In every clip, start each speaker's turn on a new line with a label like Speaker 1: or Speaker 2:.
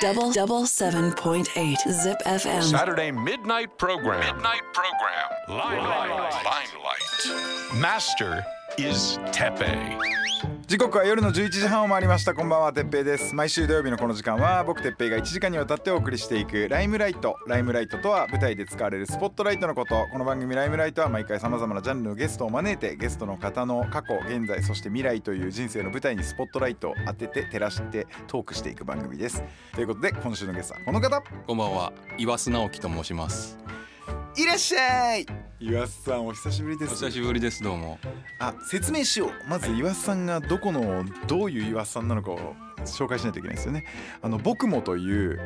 Speaker 1: Double double seven point eight zip FM.
Speaker 2: Saturday midnight program. Midnight program. Limelight. Limelight. Master is Tepe.
Speaker 3: 時刻は夜の11時半を回りましたこんばんはてっぺいです毎週土曜日のこの時間は僕てっぺいが1時間にわたってお送りしていくライムライトライムライトとは舞台で使われるスポットライトのことこの番組ライムライトは毎回さまざまなジャンルのゲストを招いてゲストの方の過去現在そして未来という人生の舞台にスポットライトを当てて照らしてトークしていく番組ですということで今週のゲストはこの方
Speaker 4: こんばんは、岩須直樹と申します。
Speaker 3: いらっしゃい岩須さんお久しぶりで
Speaker 4: お
Speaker 3: す
Speaker 4: 久しぶりです、どうも。
Speaker 3: あ説明しようまず岩瀬さんがどこのどういう岩瀬さんなのかを紹介しないといけないですよね。あの僕もという、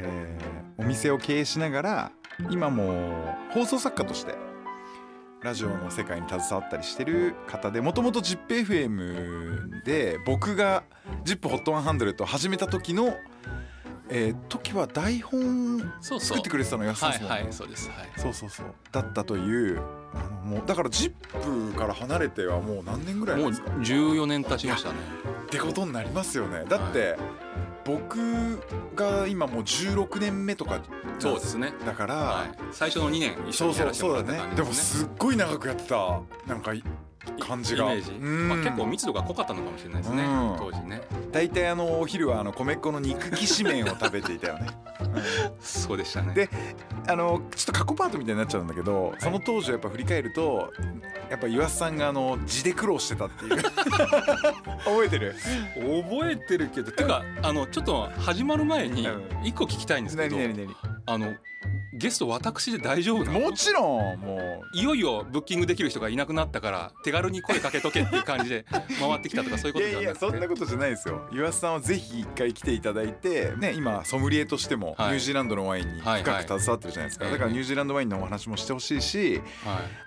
Speaker 3: えーお店を経営しながら今も放送作家としてラジオの世界に携わったりしてる方でもともと ZIPFM で僕が ZIPHOT100 を始めた時の、えー時は台本
Speaker 4: そうそう
Speaker 3: 作ってくれてたの岩瀬さん
Speaker 4: は
Speaker 3: で
Speaker 4: い
Speaker 3: すもんね
Speaker 4: はい、そうです。はい。
Speaker 3: そうそうそうだったというあのもうだから「ZIP!」から離れてはもう何年ぐらいなん
Speaker 4: もう
Speaker 3: ですか
Speaker 4: 14年経ちましたね。
Speaker 3: ってことになりますよねだって、僕が今もう16年目とか
Speaker 4: そうですね。
Speaker 3: だから、
Speaker 4: はい。最初の2年一緒
Speaker 3: そう
Speaker 4: にや
Speaker 3: そ
Speaker 4: ら
Speaker 3: う
Speaker 4: せても
Speaker 3: そ
Speaker 4: ら
Speaker 3: う
Speaker 4: った
Speaker 3: だね
Speaker 4: 感じ
Speaker 3: で
Speaker 4: で
Speaker 3: も
Speaker 4: すね。
Speaker 3: すっごい長くやってたなんかい感じが
Speaker 4: イメージ。
Speaker 3: うん
Speaker 4: まあ結構密度が濃かったのかもしれないですね
Speaker 3: うん。
Speaker 4: 当時ね。
Speaker 3: 大体あのお昼はあの米粉の肉きしめんを食べていたよね
Speaker 4: そうでしたね。
Speaker 3: であのちょっと過去パートみたいになっちゃうんだけど、その当時をやっぱ振り返るとやっぱ岩瀬さんがあの地で苦労してたっ ていう覚えてる
Speaker 4: 覚えてるけど、てかあのちょっと始まる前に
Speaker 3: うん
Speaker 4: 一個聞きたいんですけ
Speaker 3: 何
Speaker 4: ど、
Speaker 3: 何何
Speaker 4: あのゲスト私で大丈夫なの？
Speaker 3: もちろんも
Speaker 4: いよいよブッキングできる人がいなくなったから手軽に声かけとけっていう感じで回ってきたとかそういうこと
Speaker 3: ういや
Speaker 4: じゃ
Speaker 3: い
Speaker 4: なく
Speaker 3: や
Speaker 4: て
Speaker 3: そんなことじゃないですよ岩瀬さんはぜひ一回来ていただいて、ね、今ソムリエとしてもニ
Speaker 4: はい
Speaker 3: ュージーランドのワインに
Speaker 4: は
Speaker 3: 深
Speaker 4: い
Speaker 3: く
Speaker 4: はい
Speaker 3: 携わってるじゃないですか、
Speaker 4: ええ
Speaker 3: だからニュージーランドワインのお話もしてほしい
Speaker 4: は
Speaker 3: し
Speaker 4: い、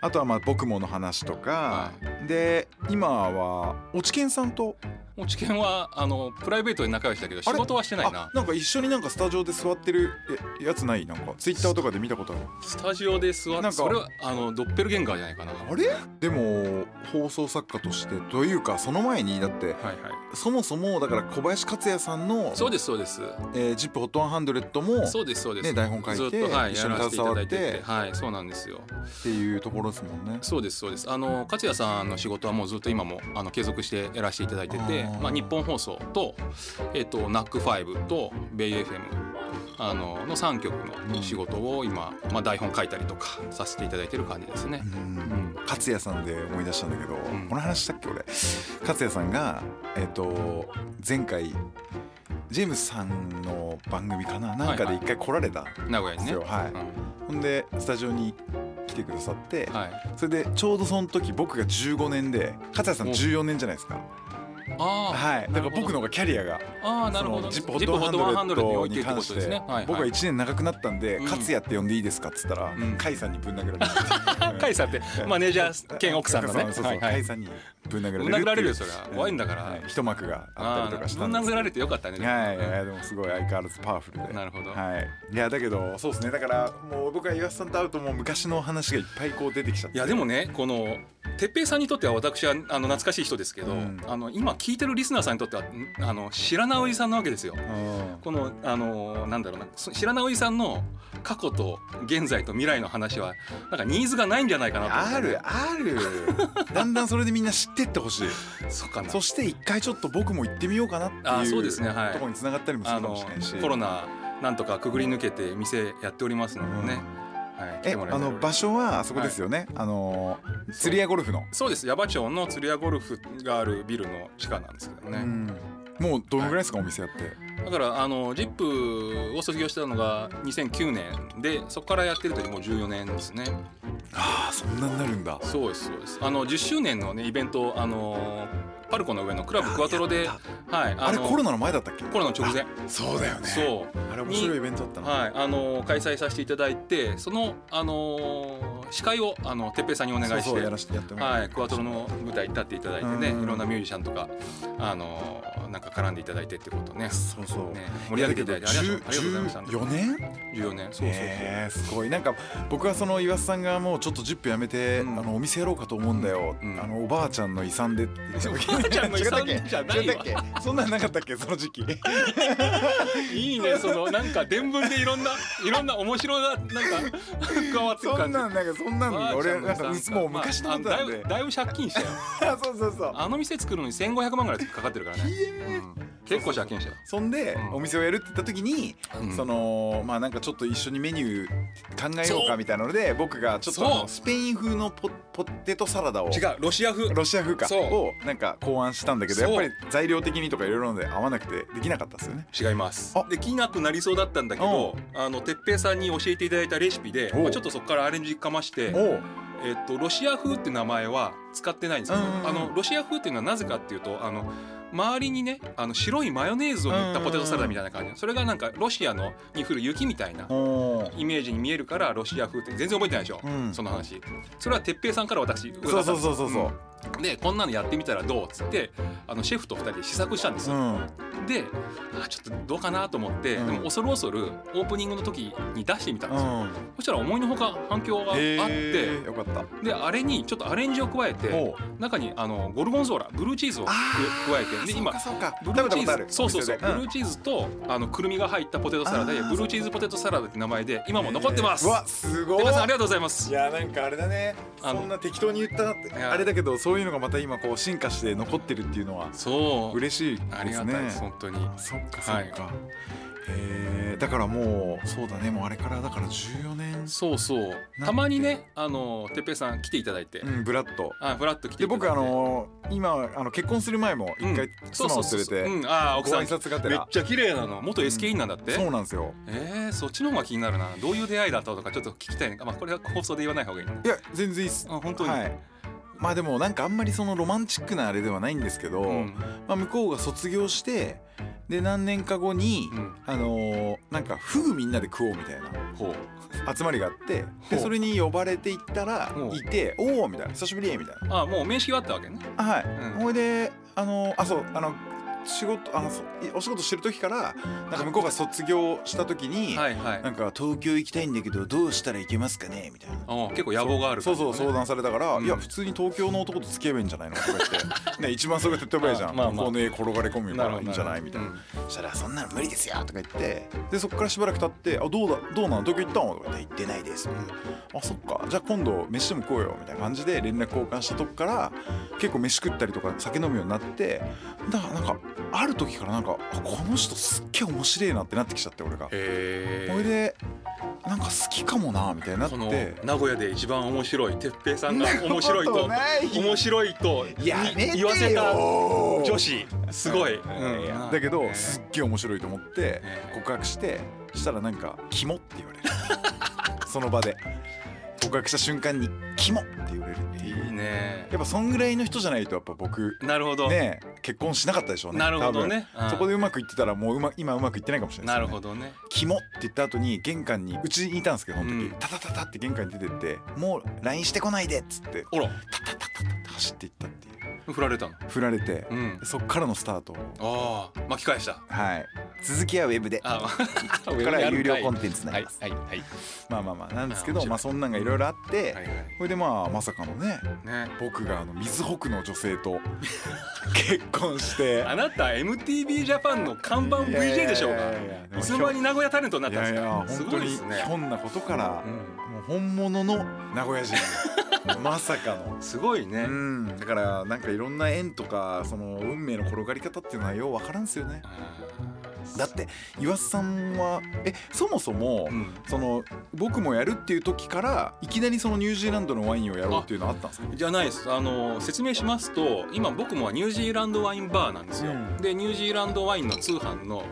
Speaker 3: あとはまあ僕もの話とか、
Speaker 4: は
Speaker 3: で今は落ちンさんと
Speaker 4: もう知見はあのプライベートで仲良しだけど
Speaker 3: あ
Speaker 4: 仕
Speaker 3: れ
Speaker 4: 事はしてない
Speaker 3: あ
Speaker 4: な
Speaker 3: なんか一緒になんかスタジオで座ってるえやつないなんかツイッターとかで見たことある
Speaker 4: スタジオで座
Speaker 3: なん
Speaker 4: っ
Speaker 3: か
Speaker 4: てそれはあのドッペルゲンガーじゃないかな
Speaker 3: あれでも放送作家としてというかその前にだって
Speaker 4: はいはい
Speaker 3: そもそもだから小林克也さんの
Speaker 4: そうですそうです
Speaker 3: 「えー ZIPHOT100」も
Speaker 4: そうですそうです、
Speaker 3: ね台本書いて
Speaker 4: ずっと、はい、
Speaker 3: 一
Speaker 4: や
Speaker 3: 緒に
Speaker 4: らせていただいて
Speaker 3: 携わって
Speaker 4: てはいそうなんですよ
Speaker 3: っていうところですもんね。
Speaker 4: そうですそうですあの勝也さんの仕事はもうずっと今もあの継続してやらせていただいてて
Speaker 3: あー
Speaker 4: まあ、日本放送と,、えっと NAC5 と BayFM あのの3局の仕事を今、まあ、台本書いたりとかさせていただいてる感じですね。
Speaker 3: うん勝也さんで思い出したんだけど、
Speaker 4: ん
Speaker 3: この話したっけ俺勝也さんが、えっと前回ジェームスさんの番組かななんかで一回来られたんで
Speaker 4: 名古屋に
Speaker 3: す
Speaker 4: ね、
Speaker 3: よ、はい
Speaker 4: うん
Speaker 3: ほんでスタジオに来てくださって、
Speaker 4: はい、
Speaker 3: それでちょうどその時僕が15年で勝也さん
Speaker 4: お
Speaker 3: 14年じゃないですか
Speaker 4: ああ、
Speaker 3: はい
Speaker 4: な
Speaker 3: だから
Speaker 4: るほど
Speaker 3: 僕の方がキャリアが
Speaker 4: ああなるほど。
Speaker 3: ジップ
Speaker 4: ジップ
Speaker 3: ホ
Speaker 4: ホ
Speaker 3: ッ
Speaker 4: ッ
Speaker 3: ト
Speaker 4: トワ
Speaker 3: ワン
Speaker 4: ン
Speaker 3: ハ
Speaker 4: ハ
Speaker 3: ン
Speaker 4: ン
Speaker 3: ド
Speaker 4: ド
Speaker 3: レ
Speaker 4: レッ
Speaker 3: ッド
Speaker 4: ド
Speaker 3: に
Speaker 4: に
Speaker 3: お
Speaker 4: お
Speaker 3: い
Speaker 4: い
Speaker 3: て
Speaker 4: て
Speaker 3: っ
Speaker 4: っててこととですす
Speaker 3: こでね
Speaker 4: ね。はい、
Speaker 3: 僕は
Speaker 4: はい。
Speaker 3: 1年長くなったんで「
Speaker 4: うん
Speaker 3: 勝也って呼んでいいですか?」っつったら
Speaker 4: うん
Speaker 3: 「甲斐さんにぶん殴られて」
Speaker 4: カイさんってマネージャー兼奥さんのね。
Speaker 3: そうそう
Speaker 4: はいは
Speaker 3: 甲
Speaker 4: い
Speaker 3: 斐。さんにぶん殴られるっていう
Speaker 4: 殴られるよそれは。怖いんだか
Speaker 3: は
Speaker 4: ら
Speaker 3: い。一幕が
Speaker 4: あ
Speaker 3: あっ
Speaker 4: あ
Speaker 3: たりとかした
Speaker 4: ぶ
Speaker 3: ん
Speaker 4: ん
Speaker 3: です
Speaker 4: 殴られてよかったね。
Speaker 3: はい、いやでもすごい相変わらずパワフルで
Speaker 4: なるほど
Speaker 3: はい、いやだけどそうですねだからもう僕は岩瀬さんと会うともう昔の話がいっぱいこう出てきちゃって
Speaker 4: いやでもねこの哲平さんにとっては私はあの懐かしい人ですけど、
Speaker 3: うん
Speaker 4: あの今聞いてるリスナーさんにとってはんあの知らないおじさんなわけですよ。
Speaker 3: うん
Speaker 4: このあのなんだろうなそ知らないおじさんの過去と現在と未来の話はなんかニーズがないんじゃないかなと思って
Speaker 3: ある あるだんだんそれでみんな知ってってほしい
Speaker 4: そうかな
Speaker 3: そして一回ちょっと僕も行ってみようかなっていう
Speaker 4: あそうですねはい
Speaker 3: ところに繋がったりもす
Speaker 4: あ
Speaker 3: るかも
Speaker 4: の
Speaker 3: しれないし
Speaker 4: コロナなんとかくぐり抜けて店やっておりますのでね、はい、来
Speaker 3: え
Speaker 4: てもら
Speaker 3: あ
Speaker 4: えた
Speaker 3: の
Speaker 4: ら
Speaker 3: 場所はあそこですよね、あのー釣り屋ゴルフの、
Speaker 4: そうです矢場町の釣り屋ゴルフがあるビルの地下なんですけど
Speaker 3: う
Speaker 4: ね、
Speaker 3: ん、もうどのぐらいですか、お店やって
Speaker 4: だからあの ZIP を卒業したのが2009年でそこからやってるともう14年ですね
Speaker 3: ああそんなになるんだ
Speaker 4: そうですそうですあの10周年のねイベントあのパルコの上のクラブクワトロで
Speaker 3: あやっ
Speaker 4: はい
Speaker 3: あれ
Speaker 4: の
Speaker 3: コロナの前だったっけ
Speaker 4: コロナ直前
Speaker 3: そうだよね
Speaker 4: そう
Speaker 3: あれ面白いイベントだったな、
Speaker 4: はい、あの開催させていただいてその、あの司会をあのてっぺいさんにお願いして
Speaker 3: そうそうやらしてやってもらう
Speaker 4: はい、クワトロの舞台に立っていただいてね、
Speaker 3: うん
Speaker 4: いろんなミュージシャンとかあのなんか絡んでいただいてってことね
Speaker 3: そうそう、
Speaker 4: ね盛り上げていただいてありがとうありがとうございました
Speaker 3: 14
Speaker 4: 14
Speaker 3: 年
Speaker 4: 年そうそうそう、
Speaker 3: えーすごいなんか僕はその岩田さんがもうちょっと10分やめて、
Speaker 4: うん
Speaker 3: あのお店やろうかと思うんだよ、
Speaker 4: うん
Speaker 3: あのおばあちゃんの遺産でって言った時
Speaker 4: おばあちゃんの遺産
Speaker 3: 違ったっけ
Speaker 4: じゃないわ
Speaker 3: 違ったっ けそんなんなかったっけその時期
Speaker 4: いいねそのなんか伝聞でいろんないろんな面白いななんか加わってく
Speaker 3: そん
Speaker 4: 感じ
Speaker 3: なんなんかそんなん
Speaker 4: ばあちゃ
Speaker 3: 俺
Speaker 4: の
Speaker 3: なんか
Speaker 4: 遺産
Speaker 3: もう昔のこと
Speaker 4: まあ
Speaker 3: な
Speaker 4: あ
Speaker 3: ん
Speaker 4: だい
Speaker 3: で
Speaker 4: ぶ、だいぶ借金したよ
Speaker 3: そうそうそう
Speaker 4: あの店作るのに1500万ぐらいかかってるから ね、うん結構借金したよ
Speaker 3: そんで、
Speaker 4: うん
Speaker 3: お店をやるって言った時に、
Speaker 4: うん
Speaker 3: そのまあなんかちょっと一緒にメニュー考えよう
Speaker 4: そう
Speaker 3: かみたいなので僕がちょっとあ
Speaker 4: そう
Speaker 3: のスペイン風のポポテトサラダを
Speaker 4: 違うロシア風
Speaker 3: ロシア風か
Speaker 4: そう
Speaker 3: をなんか考案したんだけど
Speaker 4: そ
Speaker 3: や
Speaker 4: う
Speaker 3: っぱり材料的にとかいろいろので合わなくてできなかったですよね。
Speaker 4: 違います
Speaker 3: あ
Speaker 4: できなくなりそうだったんだけどあの哲平さんに教えていただいたレシピで、
Speaker 3: おう
Speaker 4: まあ、ちょっとそこからアレンジかまして、
Speaker 3: おう
Speaker 4: えっとロシア風って名前は使ってないんですけど、
Speaker 3: うんうんうん
Speaker 4: あのロシア風っていうのはなぜかっていうとあの周りにねあの白いマヨネーズを塗ったポテトサラダみたいな感じ、それがなんかロシアのに降る雪みたいな
Speaker 3: おう
Speaker 4: イメージに見えるからロシア風って全然覚えてないでしょ、
Speaker 3: うん
Speaker 4: その話それは哲平さんから私
Speaker 3: そうそうそうそうそう。
Speaker 4: うんでこんなのやってみたらどうっつってあのシェフと二人で試作したんですよ、
Speaker 3: うん。
Speaker 4: であちょっとどうかなと思って、
Speaker 3: うん
Speaker 4: でも恐る恐るオープニングの時に出してみたん
Speaker 3: う
Speaker 4: ですよ、
Speaker 3: ん。
Speaker 4: そしたら思いのほか反響があって、
Speaker 3: へーよかった。
Speaker 4: であれにちょっとアレンジを加えて
Speaker 3: おう
Speaker 4: 中にあのゴルゴンゾーラブルーチーズを加えてで
Speaker 3: あそう
Speaker 4: 今
Speaker 3: かそうか。
Speaker 4: ブ
Speaker 3: 食
Speaker 4: ルー
Speaker 3: べた
Speaker 4: チ
Speaker 3: ことあ
Speaker 4: ー
Speaker 3: る。
Speaker 4: ズそうそうそう
Speaker 3: お
Speaker 4: ブ
Speaker 3: 店で
Speaker 4: ルーチーズとあのくるみが入ったポテトサラダで
Speaker 3: あー
Speaker 4: ブルーチーズポテトサラダって名前で今も残ってます
Speaker 3: うわすごい。
Speaker 4: 皆さんありがとうございます
Speaker 3: いやなんかあれだね
Speaker 4: あ
Speaker 3: そ
Speaker 4: の
Speaker 3: んな適当に言ったって
Speaker 4: いや
Speaker 3: あれだけどそういうのがまた今こう進化して残ってるっていうのは
Speaker 4: そう
Speaker 3: 嬉しいですね
Speaker 4: ありがたいです本当に
Speaker 3: そっかそ
Speaker 4: はい
Speaker 3: っか、へえだからもうそうだねもうあれからだから14年、
Speaker 4: そうそう
Speaker 3: て
Speaker 4: たまにねあのてっぺいさん来ていただいて、
Speaker 3: うん、ブラッと
Speaker 4: あフラッと来て
Speaker 3: で
Speaker 4: いただいて
Speaker 3: 僕あの今あの結婚する前も一回妻を連れて
Speaker 4: うん、ああ
Speaker 3: ご
Speaker 4: 奥さん
Speaker 3: 挨拶がて
Speaker 4: めっ
Speaker 3: ら
Speaker 4: ちゃ綺麗なの元 SK インなんだって、
Speaker 3: そうなんですよ
Speaker 4: えー、そっちの方が気になるなどういう出会いだったとかちょっと聞きたいねまあこれは放送で言わない方がいいない
Speaker 3: や全然いいっす
Speaker 4: あ本当に、
Speaker 3: はいまあでもなんかあんまりそのロマンチックなあれではないんですけど、
Speaker 4: うん
Speaker 3: まあ、向こうが卒業してで何年か後に、
Speaker 4: うん
Speaker 3: あのーなんかフグみんなで食おうみたいな
Speaker 4: ほう
Speaker 3: 集まりがあって
Speaker 4: ほ
Speaker 3: で
Speaker 4: う
Speaker 3: それに呼ばれて行ったら
Speaker 4: ほう
Speaker 3: いて「おお!」みたいな「久しぶり!」みたいな
Speaker 4: あもう面識はあったわけね
Speaker 3: あはい、
Speaker 4: うん
Speaker 3: ほいであのあそうあの仕事あのそお仕事してる時からなんか向こうが卒業した時に、
Speaker 4: はいはい
Speaker 3: なんか東京行きたいんだけどどうしたらいけますかねみたいな。
Speaker 4: あ結構野望がある
Speaker 3: そうそう相
Speaker 4: だ
Speaker 3: 談されたから、
Speaker 4: うん
Speaker 3: いや普通に東京の男と付き合えばいいんじゃないのとか言っ てね一番それが手っ取り早いじゃん、
Speaker 4: まあまあまあ
Speaker 3: 向こうの家転がり込むより
Speaker 4: なるほ
Speaker 3: は
Speaker 4: ど
Speaker 3: いいんじゃないみたいな、
Speaker 4: うん
Speaker 3: そしたら「そんなの無理ですよ」とか言ってでそっからしばらく経って「あどうだどうなの東京行ったの?」とか言って「行ってないです」あそっかじゃあ今度飯でも食おうよ」みたいな感じで連絡交換したとこから結構飯食ったりとか酒飲むようになってだからなんかある時からなんかあこの人すっげえ面白いなってなってきちゃって俺が。
Speaker 4: へえ
Speaker 3: ほいでなんか好きかもなみたいになっ
Speaker 4: この
Speaker 3: て。
Speaker 4: 名古屋で一番面白い哲平さんが面白い
Speaker 3: そんなこと ない
Speaker 4: 面白いとに
Speaker 3: やめてよ
Speaker 4: 言わせた女子すごい、
Speaker 3: いやだけどすっげえ面白いと思って告白してしたらなんか「キモ」って言われ るその場で告白した瞬間に「キモ」って言われるっていう
Speaker 4: いいね
Speaker 3: やっぱそんぐらいの人じゃないとやっぱ僕
Speaker 4: なるほど、
Speaker 3: ね結婚しなかったでしょうね
Speaker 4: なるほどね
Speaker 3: 多分
Speaker 4: うん
Speaker 3: そこでうまくいってたらもううま今うまくいってないかもしれない
Speaker 4: な
Speaker 3: で
Speaker 4: る
Speaker 3: す
Speaker 4: ほ
Speaker 3: よね
Speaker 4: どね
Speaker 3: キモって言った後に玄関にうちにいたんですけどその時、
Speaker 4: うん
Speaker 3: タタタタって玄関に出てってもう LINE してこないでっつって
Speaker 4: ほら
Speaker 3: タタタタタって走っていったっていう
Speaker 4: 振られたの
Speaker 3: 振られて、
Speaker 4: うん
Speaker 3: そっからのスタート
Speaker 4: ああ巻き返した
Speaker 3: はい続きはウェブで
Speaker 4: あ あ
Speaker 3: これから有料コンテンツにな
Speaker 4: は
Speaker 3: り
Speaker 4: い
Speaker 3: ます、
Speaker 4: はいはい
Speaker 3: まあまあまあなんですけ
Speaker 4: あ面
Speaker 3: ど
Speaker 4: 白い
Speaker 3: まあそんなんがいろいろあって、
Speaker 4: はいはい
Speaker 3: これでまあまさかのね
Speaker 4: ね
Speaker 3: 僕があの水北の女性 と結婚して
Speaker 4: あなた MTV ジャパンの看板
Speaker 3: いやいやいや
Speaker 4: VJ でしょう
Speaker 3: いやいやい
Speaker 4: が
Speaker 3: や
Speaker 4: いつの間に名古屋タレントになっ
Speaker 3: い
Speaker 4: たんで
Speaker 3: や
Speaker 4: す
Speaker 3: いや
Speaker 4: か
Speaker 3: 本
Speaker 4: すご
Speaker 3: 当
Speaker 4: いで
Speaker 3: に
Speaker 4: すね
Speaker 3: ひょんなことから、
Speaker 4: う
Speaker 3: もう本物の名古屋人まさかの
Speaker 4: んすごいうね
Speaker 3: んだからなんかいろんな縁とかその運命の転がり方っていうのはようわからんすよねだって岩瀬さんはえそもそも、
Speaker 4: うん
Speaker 3: その僕もやるっていう時からいきなりそのニュージーランドのワインをやろうっていうのあったんですか
Speaker 4: じゃないですあの説明しますと今僕もはニュージーランドワインバーなんですよ、
Speaker 3: うん
Speaker 4: でニュージーランドワインの通販の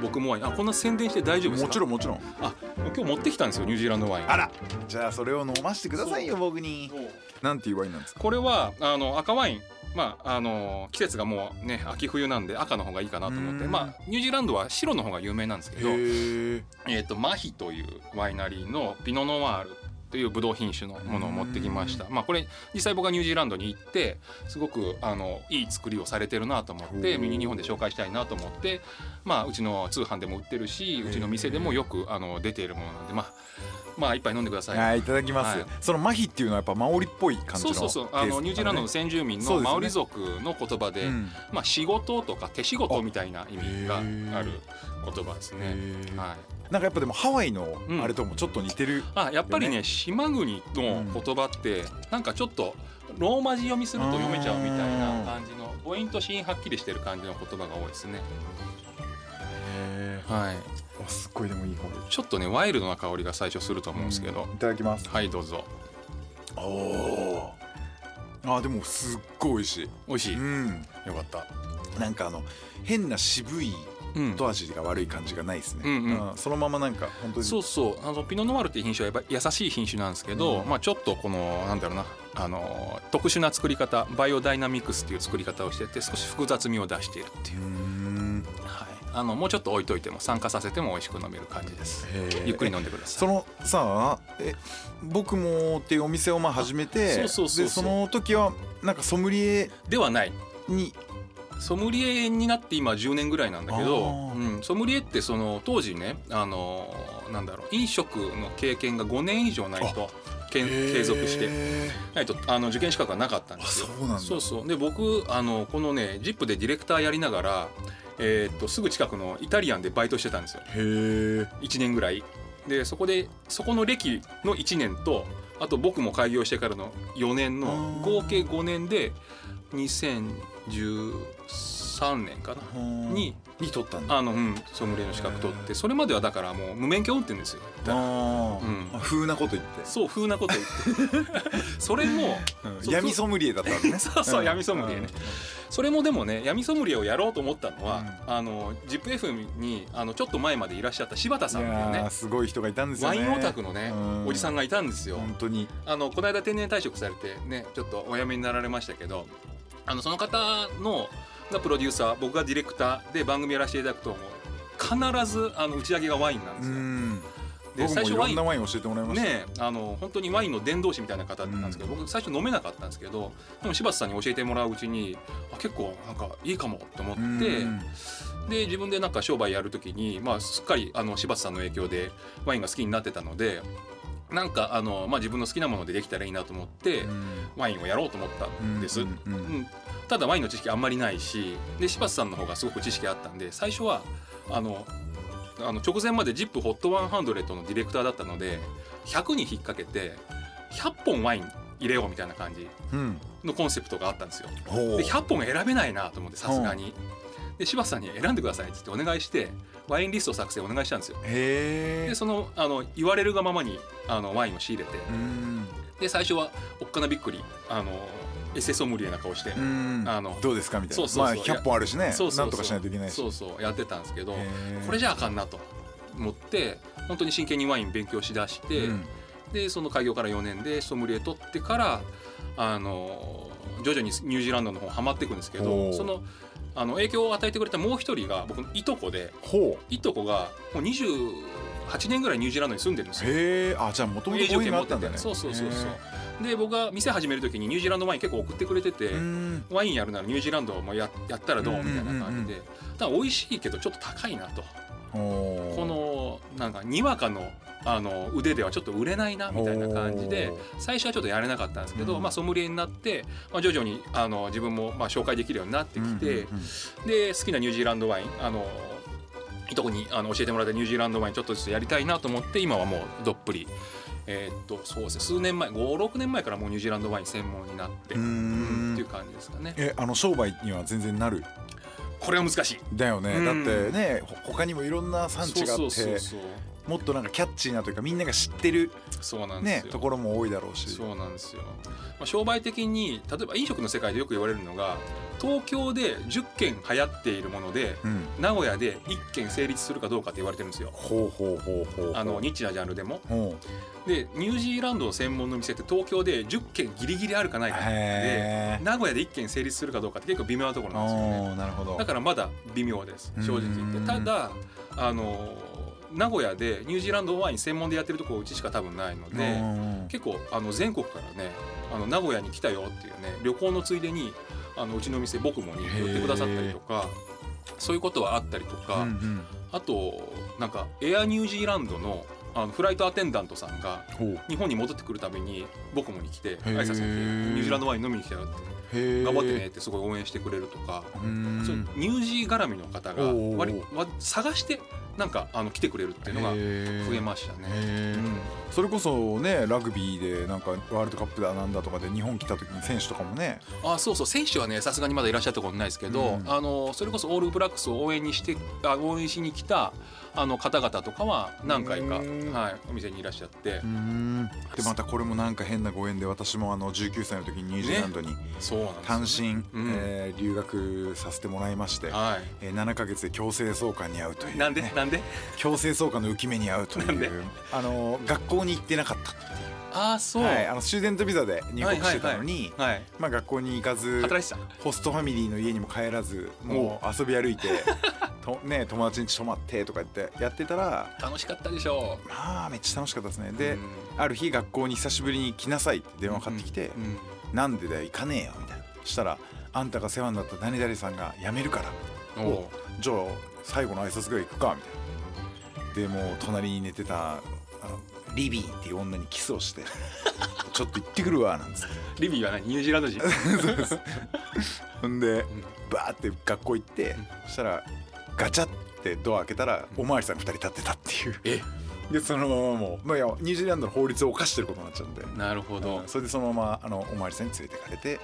Speaker 4: 僕もワインあこんな宣伝して大丈夫ですか
Speaker 3: もちろ
Speaker 4: ん
Speaker 3: んもちろん
Speaker 4: あ今日持ってきたんですよニュージーランドワイン
Speaker 3: あらじゃあそれを飲ましてくださいよ僕に
Speaker 4: そう
Speaker 3: なんていうワインなんですか
Speaker 4: これはあの赤ワインまああの季節がもうね秋冬なんで赤の方がいいかなと思って
Speaker 3: うん
Speaker 4: まあニュージーランドは白の方が有名なんですけど
Speaker 3: へえ
Speaker 4: えー、とマヒというワイナリーのピノ・ノワールというブドウ品種のものを持ってきました、まあ、これ実際僕はニュージーランドに行ってすごくあのいい作りをされてるなと思って
Speaker 3: ほう
Speaker 4: 日本で紹介したいなと思って、まあ、うちの通販でも売ってるしうちの店でもよくあの出ているものなんで、まあ、まあ一杯飲んでください。
Speaker 3: はいいただきます、
Speaker 4: はい
Speaker 3: その麻痺っていうのはやっぱマオリっぽい感
Speaker 4: そ
Speaker 3: じの
Speaker 4: うそうそうあのニュージーランドの先住民
Speaker 3: そ
Speaker 4: の
Speaker 3: うですね
Speaker 4: マオリ族の言葉で、
Speaker 3: うん
Speaker 4: まあ、仕事とか手仕事みたいな意味がある言葉ですね。はい、
Speaker 3: なんかやっぱでもハワイの
Speaker 4: うん
Speaker 3: あれともちょっと似てる、
Speaker 4: あやっぱりね
Speaker 3: よ
Speaker 4: 島国の言葉ってなんかちょっとローマ字読みすると読めちゃうみたいな感じのポイントシーンはっきりしてる感じの言葉が多いですね。はい、
Speaker 3: あすっごいでもいい香り
Speaker 4: ちょっとねワイルドな香りが最初すると思うんですけど、
Speaker 3: いただきます
Speaker 4: はいどうぞ
Speaker 3: おおあでもすっごい美味しい
Speaker 4: 美味しい、
Speaker 3: うん
Speaker 4: よかった、
Speaker 3: なんかあの変な渋い
Speaker 4: うん、
Speaker 3: 後味が悪い感じがないですね、
Speaker 4: うんうん
Speaker 3: あそのままなんか本当に
Speaker 4: そうそうあのピノノワールっていう品種はやっぱ優しい品種なんですけど、
Speaker 3: うん
Speaker 4: まあ、ちょっとこのなんだろうなあの特殊な作り方バイオダイナミクスっていう作り方をしてて少し複雑味を出しているっていう
Speaker 3: うーん
Speaker 4: う、はい、あのもうちょっと置いといても酸化させても美味しく飲める感じですゆっくり飲んでくださ
Speaker 3: そ
Speaker 4: い
Speaker 3: のさあえ僕もっていうお店をまあ始めて
Speaker 4: そうそうそう
Speaker 3: で
Speaker 4: そ
Speaker 3: そうの時はなんかソムリエ
Speaker 4: ではない
Speaker 3: に
Speaker 4: ソムリエになって今10年ぐらいなんだけ
Speaker 3: あ
Speaker 4: ど、
Speaker 3: ー
Speaker 4: うん、ソムリエってその当時ねあのなんだろう飲食の経験が5年以上ないとけん継続して
Speaker 3: へ
Speaker 4: ないとあの受験資格がなかったんですよ
Speaker 3: あそうなんだ
Speaker 4: そうそうで僕あのこのね「ZIP!」でディレクターやりながら、えーっとすぐ近くのイタリアンでバイトしてたんですよ
Speaker 3: ーへえ
Speaker 4: 1年ぐらいでそこでそこの歴の1年とあと僕も開業してからの4年
Speaker 3: あ
Speaker 4: の
Speaker 3: ー
Speaker 4: 合計5年で2013年かなに
Speaker 3: に取ったんだ
Speaker 4: あの、うん、ソムリエの資格取ってそれまではだからもう無免許運転ですよ
Speaker 3: あー、
Speaker 4: うん
Speaker 3: あ風なこと言って
Speaker 4: そう風なこと言 ってそれもそう
Speaker 3: 闇ソムリエだったのね
Speaker 4: そうそう闇ソムリエねそれもでもね闇ソムリエをやろうと思ったのは、
Speaker 3: う
Speaker 4: あの ZIPFM にあのちょっと前までいらっしゃった柴田
Speaker 3: う
Speaker 4: さ
Speaker 3: ん
Speaker 4: ん
Speaker 3: い
Speaker 4: っていう
Speaker 3: やー
Speaker 4: ね
Speaker 3: すごい人がいたんですよ
Speaker 4: ワ
Speaker 3: ね
Speaker 4: インオタクのね
Speaker 3: うん
Speaker 4: おじさんがいたんですよ
Speaker 3: 本当に
Speaker 4: あのこの間定年退職されてねちょっとお辞めになられましたけどあのその方のがプロデューサー僕がディレクターで番組やらせていただくともう必ずあの打ち上げがワインなんで
Speaker 3: う
Speaker 4: すよ。
Speaker 3: ん
Speaker 4: で
Speaker 3: 僕もいろんなワイン教えてもらいました、
Speaker 4: ねえあの本当にワインの伝道師みたいな方なんですけど、僕最初飲めなかったんですけどでも柴田さんに教えてもらううちにあ結構なんかいいかもと思って、
Speaker 3: うん
Speaker 4: で自分でなんか商売やるときに、まあ、すっかりあの柴田さんの影響でワインが好きになってたのでなんかあの、まあ、自分の好きなものでできたらいいなと思って、ワインをやろうと思ったんです。
Speaker 3: うんうんうん
Speaker 4: うんただワインの知識あんまりないしで柴田さんの方がすごく知識あったんで最初はあのあの直前まで「ZIPHOT100」のディレクターだったので100に引っ掛けて100本ワイン入れようみたいな感じ
Speaker 3: うん
Speaker 4: のコンセプトがあったんですよ。
Speaker 3: ほう
Speaker 4: で100本選べないなと思ってさすがに。で柴田さんに選んでくださいっつってお願いしてワインリスト作成お願いしたんですよ。
Speaker 3: へ
Speaker 4: で
Speaker 3: え
Speaker 4: そのあの言われるがままにあのワインを仕入れて
Speaker 3: うん
Speaker 4: で最初はおっかなびっくりあのエセソムリエな顔して
Speaker 3: うん
Speaker 4: あの
Speaker 3: どうですかみたい
Speaker 4: そ
Speaker 3: な
Speaker 4: うそうそう
Speaker 3: まあ100本あるしね
Speaker 4: そうそうそう
Speaker 3: なんとかしないといけないし
Speaker 4: そうそうやってたんですけど
Speaker 3: へー
Speaker 4: これじゃあかんなと思って本当に真剣にワイン勉強しだして、
Speaker 3: うん
Speaker 4: でその開業から4年でソムリエ取ってからあの徐々にニュージーランドの方ハマっていくんですけ
Speaker 3: お
Speaker 4: ど
Speaker 3: ー
Speaker 4: そのあの影響を与えてくれたもう一人が僕のいとこで
Speaker 3: ほ
Speaker 4: いとこがもう28年ぐらいニュージーランドに住んでるんです
Speaker 3: う
Speaker 4: よ。
Speaker 3: へえあじゃあもともと
Speaker 4: 永
Speaker 3: こ
Speaker 4: 住
Speaker 3: ういう
Speaker 4: 権
Speaker 3: の
Speaker 4: 持
Speaker 3: あ
Speaker 4: っ
Speaker 3: ってたんだ
Speaker 4: て
Speaker 3: ね
Speaker 4: そうそうそう
Speaker 3: へ
Speaker 4: そうで僕が店始める時にニュージーランドワイン結構送ってくれてて
Speaker 3: えうん
Speaker 4: ワインやるならニュージーランドもややったらどうみたいな感じで、ただ美味しいけどちょっと高いなと
Speaker 3: ほう
Speaker 4: このなんかにわかのあの腕ではちょっと売れないなみたいな感じで
Speaker 3: おー
Speaker 4: 最初はちょっとやれなかったんですけど、
Speaker 3: うん
Speaker 4: まあ、ソムリエになって、まあ、徐々にあの自分もまあ紹介できるようになってきて、
Speaker 3: うんうんうん
Speaker 4: で好きなニュージーランドワインあのいとこにあの教えてもらったニュージーランドワインちょっとずつやりたいなと思って今はもうどっぷり、えーっとそうですね数年前56年前からもうニュージーランドワイン専門になって、
Speaker 3: うーん
Speaker 4: っていう感じですかね。
Speaker 3: えあの商売には全然なる
Speaker 4: これは難しい
Speaker 3: だよね、
Speaker 4: うん
Speaker 3: だってねほ他にもいろんな産地があって
Speaker 4: そうそうそうそう
Speaker 3: もっとなんかキャッチーなというかみんなが知ってる、
Speaker 4: そうなんで
Speaker 3: ね
Speaker 4: す、よ、
Speaker 3: ところも多いだろうし
Speaker 4: そうなんですよ、まあ、商売的に例えば飲食の世界でよく言われるのが東京で10件流行っているもので
Speaker 3: うん、
Speaker 4: 名古屋で1件成立するかどうかって言われてるんですよ
Speaker 3: ほうほうほうほうほう
Speaker 4: あのニッチなジャンルでも
Speaker 3: ほ
Speaker 4: でニュージーランドの専門の店って東京で10件ギリギリあるかないうかで
Speaker 3: へえ
Speaker 4: 名古屋で1件成立するかどうかって結構微妙なところなんですよね
Speaker 3: なるほど
Speaker 4: だからまだ微妙です正直言って
Speaker 3: うん
Speaker 4: ただあの名古屋でニュージーランドワイン専門でやってるとこうちしか多分ないので、
Speaker 3: うん
Speaker 4: 結構あの全国からねあの名古屋に来たよっていうね旅行のついでにあのうちの店僕もに寄ってくださったりとかそういうことはあったりとか、
Speaker 3: うん
Speaker 4: あとなんかエアニュージーランドのあのフライトアテンダントさんが
Speaker 3: うん、ほ
Speaker 4: 日本に戻ってくるために僕もに来て挨拶に来て「ニュージーランドワイン飲みに来たよ」って
Speaker 3: うへ
Speaker 4: 「
Speaker 3: ー
Speaker 4: 頑張ってね」ってすごい応援してくれるとか。
Speaker 3: うん
Speaker 4: そういうニュージー絡みの方が
Speaker 3: おうおうおう
Speaker 4: 割割探してなんかあの来てくれるっていうのが増えましたね。
Speaker 3: へー
Speaker 4: うん
Speaker 3: それこそねラグビーでなんかワールドカップだなんだとかで日本来た時に選手とかもね
Speaker 4: あそうそう選手はねさすがにまだいらっしゃったことないですけど、
Speaker 3: うん
Speaker 4: あのそれこそオールブラックスを応援にしてあ応援しに来たあの方々とかは何回か、
Speaker 3: うん
Speaker 4: はい、お店にいらっしゃって、
Speaker 3: でまたこれもなんか変なご縁で私もあの19歳の時にニュージーランドに
Speaker 4: そうなんです
Speaker 3: 単身、
Speaker 4: うん
Speaker 3: えー留学させてもらいまして、
Speaker 4: は
Speaker 3: えー7ヶ月で強制送還に遭うという、
Speaker 4: い、なんでなんで
Speaker 3: 強制送還の浮き目に遭うとい
Speaker 4: なんで
Speaker 3: うあの学校に行ってなかったっていう
Speaker 4: ああそう、
Speaker 3: はい、あのスチューデントビザで入国してたのに、
Speaker 4: はい、
Speaker 3: まあ、学校に行かず
Speaker 4: 働いてた
Speaker 3: ホストファミリーの家にも帰らずもう遊び歩いてと、ね、友達に泊まってとか言ってやってたら
Speaker 4: 楽しかったでしょ
Speaker 3: まあめっちゃ楽しかったですねで、
Speaker 4: うん
Speaker 3: ある日学校に久しぶりに来なさいって電話かかってきて「
Speaker 4: うんうん
Speaker 3: なんでだよ行かねえよ」みたいなしたら「あんたが世話になった何々さんが辞めるから
Speaker 4: おう
Speaker 3: じゃあ最後の挨拶ぐらい行くか」みたいなでもう隣に寝てたあのリビーっていう女にキス をして「ちょっと行ってくるわ」なんつって
Speaker 4: リビーは何ニュージーランド 人
Speaker 3: ほんで
Speaker 4: ん
Speaker 3: バーって学校行ってそしたらガチャってドア開けたらおまわりさんが2人立ってたってい
Speaker 4: え
Speaker 3: うでそのままもう、まあ、いやニュージーランドの法律を犯してることになっちゃうんで
Speaker 4: なるほど、
Speaker 3: うんそれでそのままあのおまわりさんに連れてかれて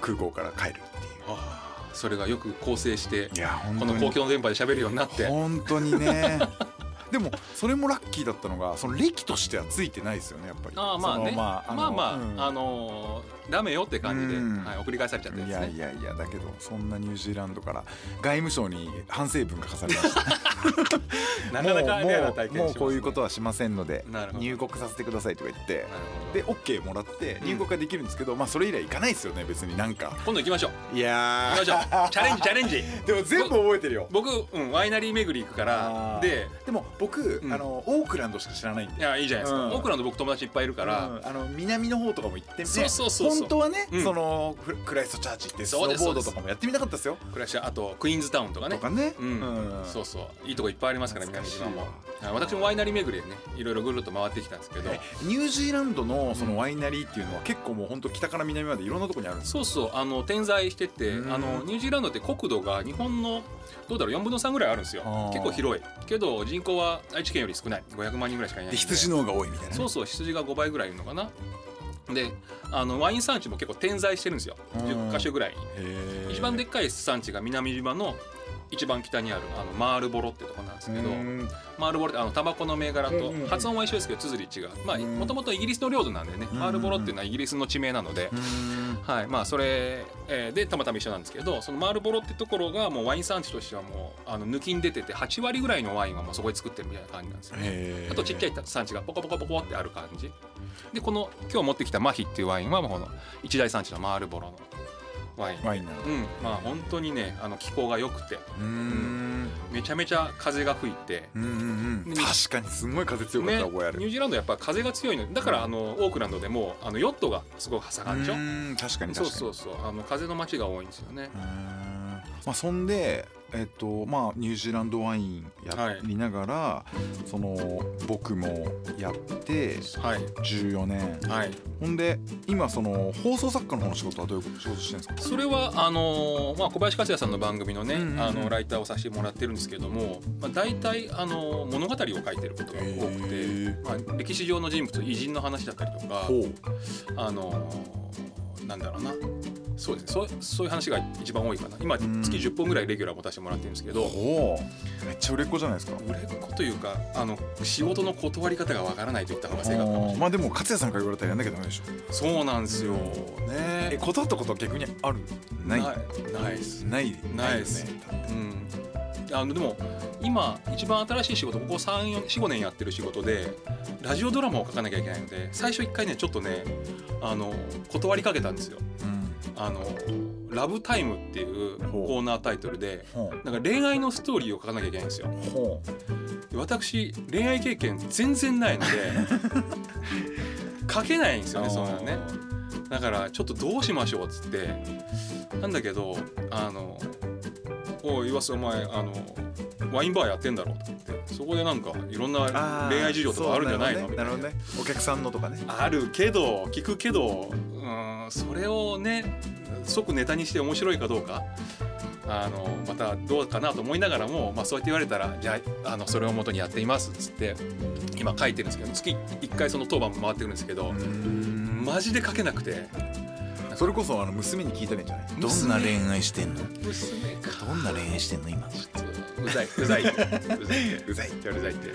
Speaker 3: 空港から帰るっていう
Speaker 4: あーそれがよく構成して
Speaker 3: いや本
Speaker 4: この公
Speaker 3: に
Speaker 4: 共の電波で喋るようになって
Speaker 3: 本当にね でもそれもラッキーだったのがその歴としてはついてないですよねやっぱり
Speaker 4: ああまあね
Speaker 3: その
Speaker 4: まあ
Speaker 3: の
Speaker 4: まあ
Speaker 3: うん
Speaker 4: あのーダメよって感じで、
Speaker 3: うん
Speaker 4: はい、送り返されちゃったやつ
Speaker 3: い
Speaker 4: ね
Speaker 3: やいやいやだけどそんなニュージーランドから外務省に反省文が課されました
Speaker 4: なかなかレアな体験します、ね、
Speaker 3: もうもうこういうことはしませんので
Speaker 4: なるほど
Speaker 3: 入国させてくださいとか言って
Speaker 4: なるほど
Speaker 3: で OK もらって入国ができるんですけど、まあそれ以来行かないですよね別になんか
Speaker 4: 今度行きまし ょう
Speaker 3: いや
Speaker 4: 行きましょうチャレンジチャレンジ
Speaker 3: でも全部覚えてるよ
Speaker 4: 僕、うん、ワイナリー巡り行くから
Speaker 3: あー
Speaker 4: で
Speaker 3: でも僕、
Speaker 4: うん
Speaker 3: あのオークランドしか知らないん
Speaker 4: い
Speaker 3: で
Speaker 4: やいいじゃないですか、
Speaker 3: うん
Speaker 4: オークランド僕友達いっぱいいるから、
Speaker 3: うんあの南の方とかも行ってみて
Speaker 4: そうそうそうそう
Speaker 3: 本当はね、
Speaker 4: うん
Speaker 3: そのフクライストチャーチ行ってスノ
Speaker 4: そうで
Speaker 3: ー
Speaker 4: す
Speaker 3: ボードとかもやってみたかったですよ
Speaker 4: 暮らしあとクイーンズタウンとかね
Speaker 3: とかね、
Speaker 4: うんそうそういいとこいっぱいありますから南島もはい私もワイナリー巡りでねいろいろぐるっと回ってきたんですけど
Speaker 3: えニュージーランドのそのワイナリーっていうのは結構もう本当北から南までいろんなとこにあるんですよ
Speaker 4: そうそうあの点在してて、
Speaker 3: うん
Speaker 4: あのニュージーランドって国土が日本のどうだろう4分の3ぐらいあるんですよ
Speaker 3: あー
Speaker 4: 結構広いけど人口は愛知県より少ない500万人ぐらいしかいないん
Speaker 3: で羊の方が多いみたいなね
Speaker 4: そうそう羊が5倍ぐらいいるのかなであのワイン産地も結構点在してるんですよ
Speaker 3: うん
Speaker 4: 10か所ぐらい
Speaker 3: へー
Speaker 4: 一番でっかい産地が南島の一番北にあるあのマールボロってとこなんですけど
Speaker 3: うん
Speaker 4: マールボロってあのタバコの銘柄
Speaker 3: うん
Speaker 4: と
Speaker 3: うんうん
Speaker 4: 発音は一緒ですけど綴り違うまあ
Speaker 3: うん
Speaker 4: もともとイギリスの領土なんでね
Speaker 3: うん
Speaker 4: マールボロっていうのはイギリスの地名なのではいまあ、それえーでたまたま一緒なんですけどそのマールボロってところがもうワイン産地としてはもうあの抜きに出てて8割ぐらいのワインはもうそこで作ってるみたいな感じなんですよね。あとちっちゃ
Speaker 3: い
Speaker 4: い産地がポコポコポコってある感じでこの今日持ってきたマヒっていうワインはもうこの一大産地のマールボロのワイン。
Speaker 3: ワインなの
Speaker 4: うん、まあ本当にねあの気候が良くて
Speaker 3: うん
Speaker 4: めちゃめちゃ風が吹いて、
Speaker 3: うんうんうん
Speaker 4: ね
Speaker 3: 確かにすごい風強かっ
Speaker 4: ね、
Speaker 3: た
Speaker 4: ニ
Speaker 3: 覚えあ
Speaker 4: ュ
Speaker 3: る、
Speaker 4: ージーランドやっぱ風が強いのだからあのオークランドでもあのヨットがすごく盛んでしょ
Speaker 3: うん確かに確か
Speaker 4: そう
Speaker 3: に
Speaker 4: そうそうあの風の街が多いんですよね
Speaker 3: うーんまあ、そんで、えっとまあ、ニュージーランドワイン
Speaker 4: は
Speaker 3: や
Speaker 4: い
Speaker 3: りながら、その僕もやって
Speaker 4: はい
Speaker 3: 14年
Speaker 4: はい
Speaker 3: ほんで今その放送作家の方の仕事はどういう仕事してるんですか
Speaker 4: それはあのーまあ、小林克也さんの番組のね、
Speaker 3: うんうんうん
Speaker 4: あのライターをさせてもらってるんですけども、まあ、大体、あのー物語を書いてることが多くて、
Speaker 3: へー
Speaker 4: まあ、歴史上の人物偉人の話だったりとか
Speaker 3: ほう
Speaker 4: あのーなんだろうなそうですねそうそういう話が一番多いかな今
Speaker 3: ん
Speaker 4: 月10本ぐらいレギュラー持たせてもらってるんですけど。
Speaker 3: ほうめっちゃ売れっ子じゃないですか
Speaker 4: 売れっ子というかあの仕事の断り方がわからないといった方が正確かもし
Speaker 3: あーまあでも勝也さんから言われたらやんなきゃダメでしょ
Speaker 4: れないそうなんですよ
Speaker 3: え
Speaker 4: ね
Speaker 3: 断ったことは逆にあるない
Speaker 4: ないないです
Speaker 3: ない
Speaker 4: ないです
Speaker 3: ね
Speaker 4: うん、あのでも今一番新しい仕事ここ345年やってる仕事でラジオドラマを書かなきゃいけないので最初一回ねちょっとねあの断りかけたんですよ
Speaker 3: うん
Speaker 4: あの「ラブタイム」っていう
Speaker 3: ほう
Speaker 4: コーナータイトルで
Speaker 3: ほ
Speaker 4: なんか恋愛のストーリーを書かなきゃいけないんですよ。
Speaker 3: うほ
Speaker 4: で私恋愛経験全然ないの で書けないんです
Speaker 3: う
Speaker 4: よねそんなのね。だからちょっとどうしましょうっつってなんだけどあの「おい岩瀬お前あのワインバーやってんだろ」とかってそこでなんかいろんな
Speaker 3: あー
Speaker 4: 恋愛事情とかあるんじゃないの
Speaker 3: そう
Speaker 4: み
Speaker 3: な
Speaker 4: たいな
Speaker 3: るほどねなるほどねお客さんのとかね
Speaker 4: あるけど聞くけどうんそれをね即ネタにして面白いかどうかあのまたどうかなと思いながらも、まあ、そうやって言われたらじゃああのそれを元にやってみますっつって今書いてるんですけど月1回その当番も回ってくるんですけどマジで書けなくて
Speaker 3: それこそあの娘に聞いたらいいんじゃない
Speaker 5: どんな恋愛してんの
Speaker 4: 娘か
Speaker 5: どんな恋愛してんの今
Speaker 4: うざいうざいうざいって
Speaker 3: うざいって
Speaker 4: うるさいって。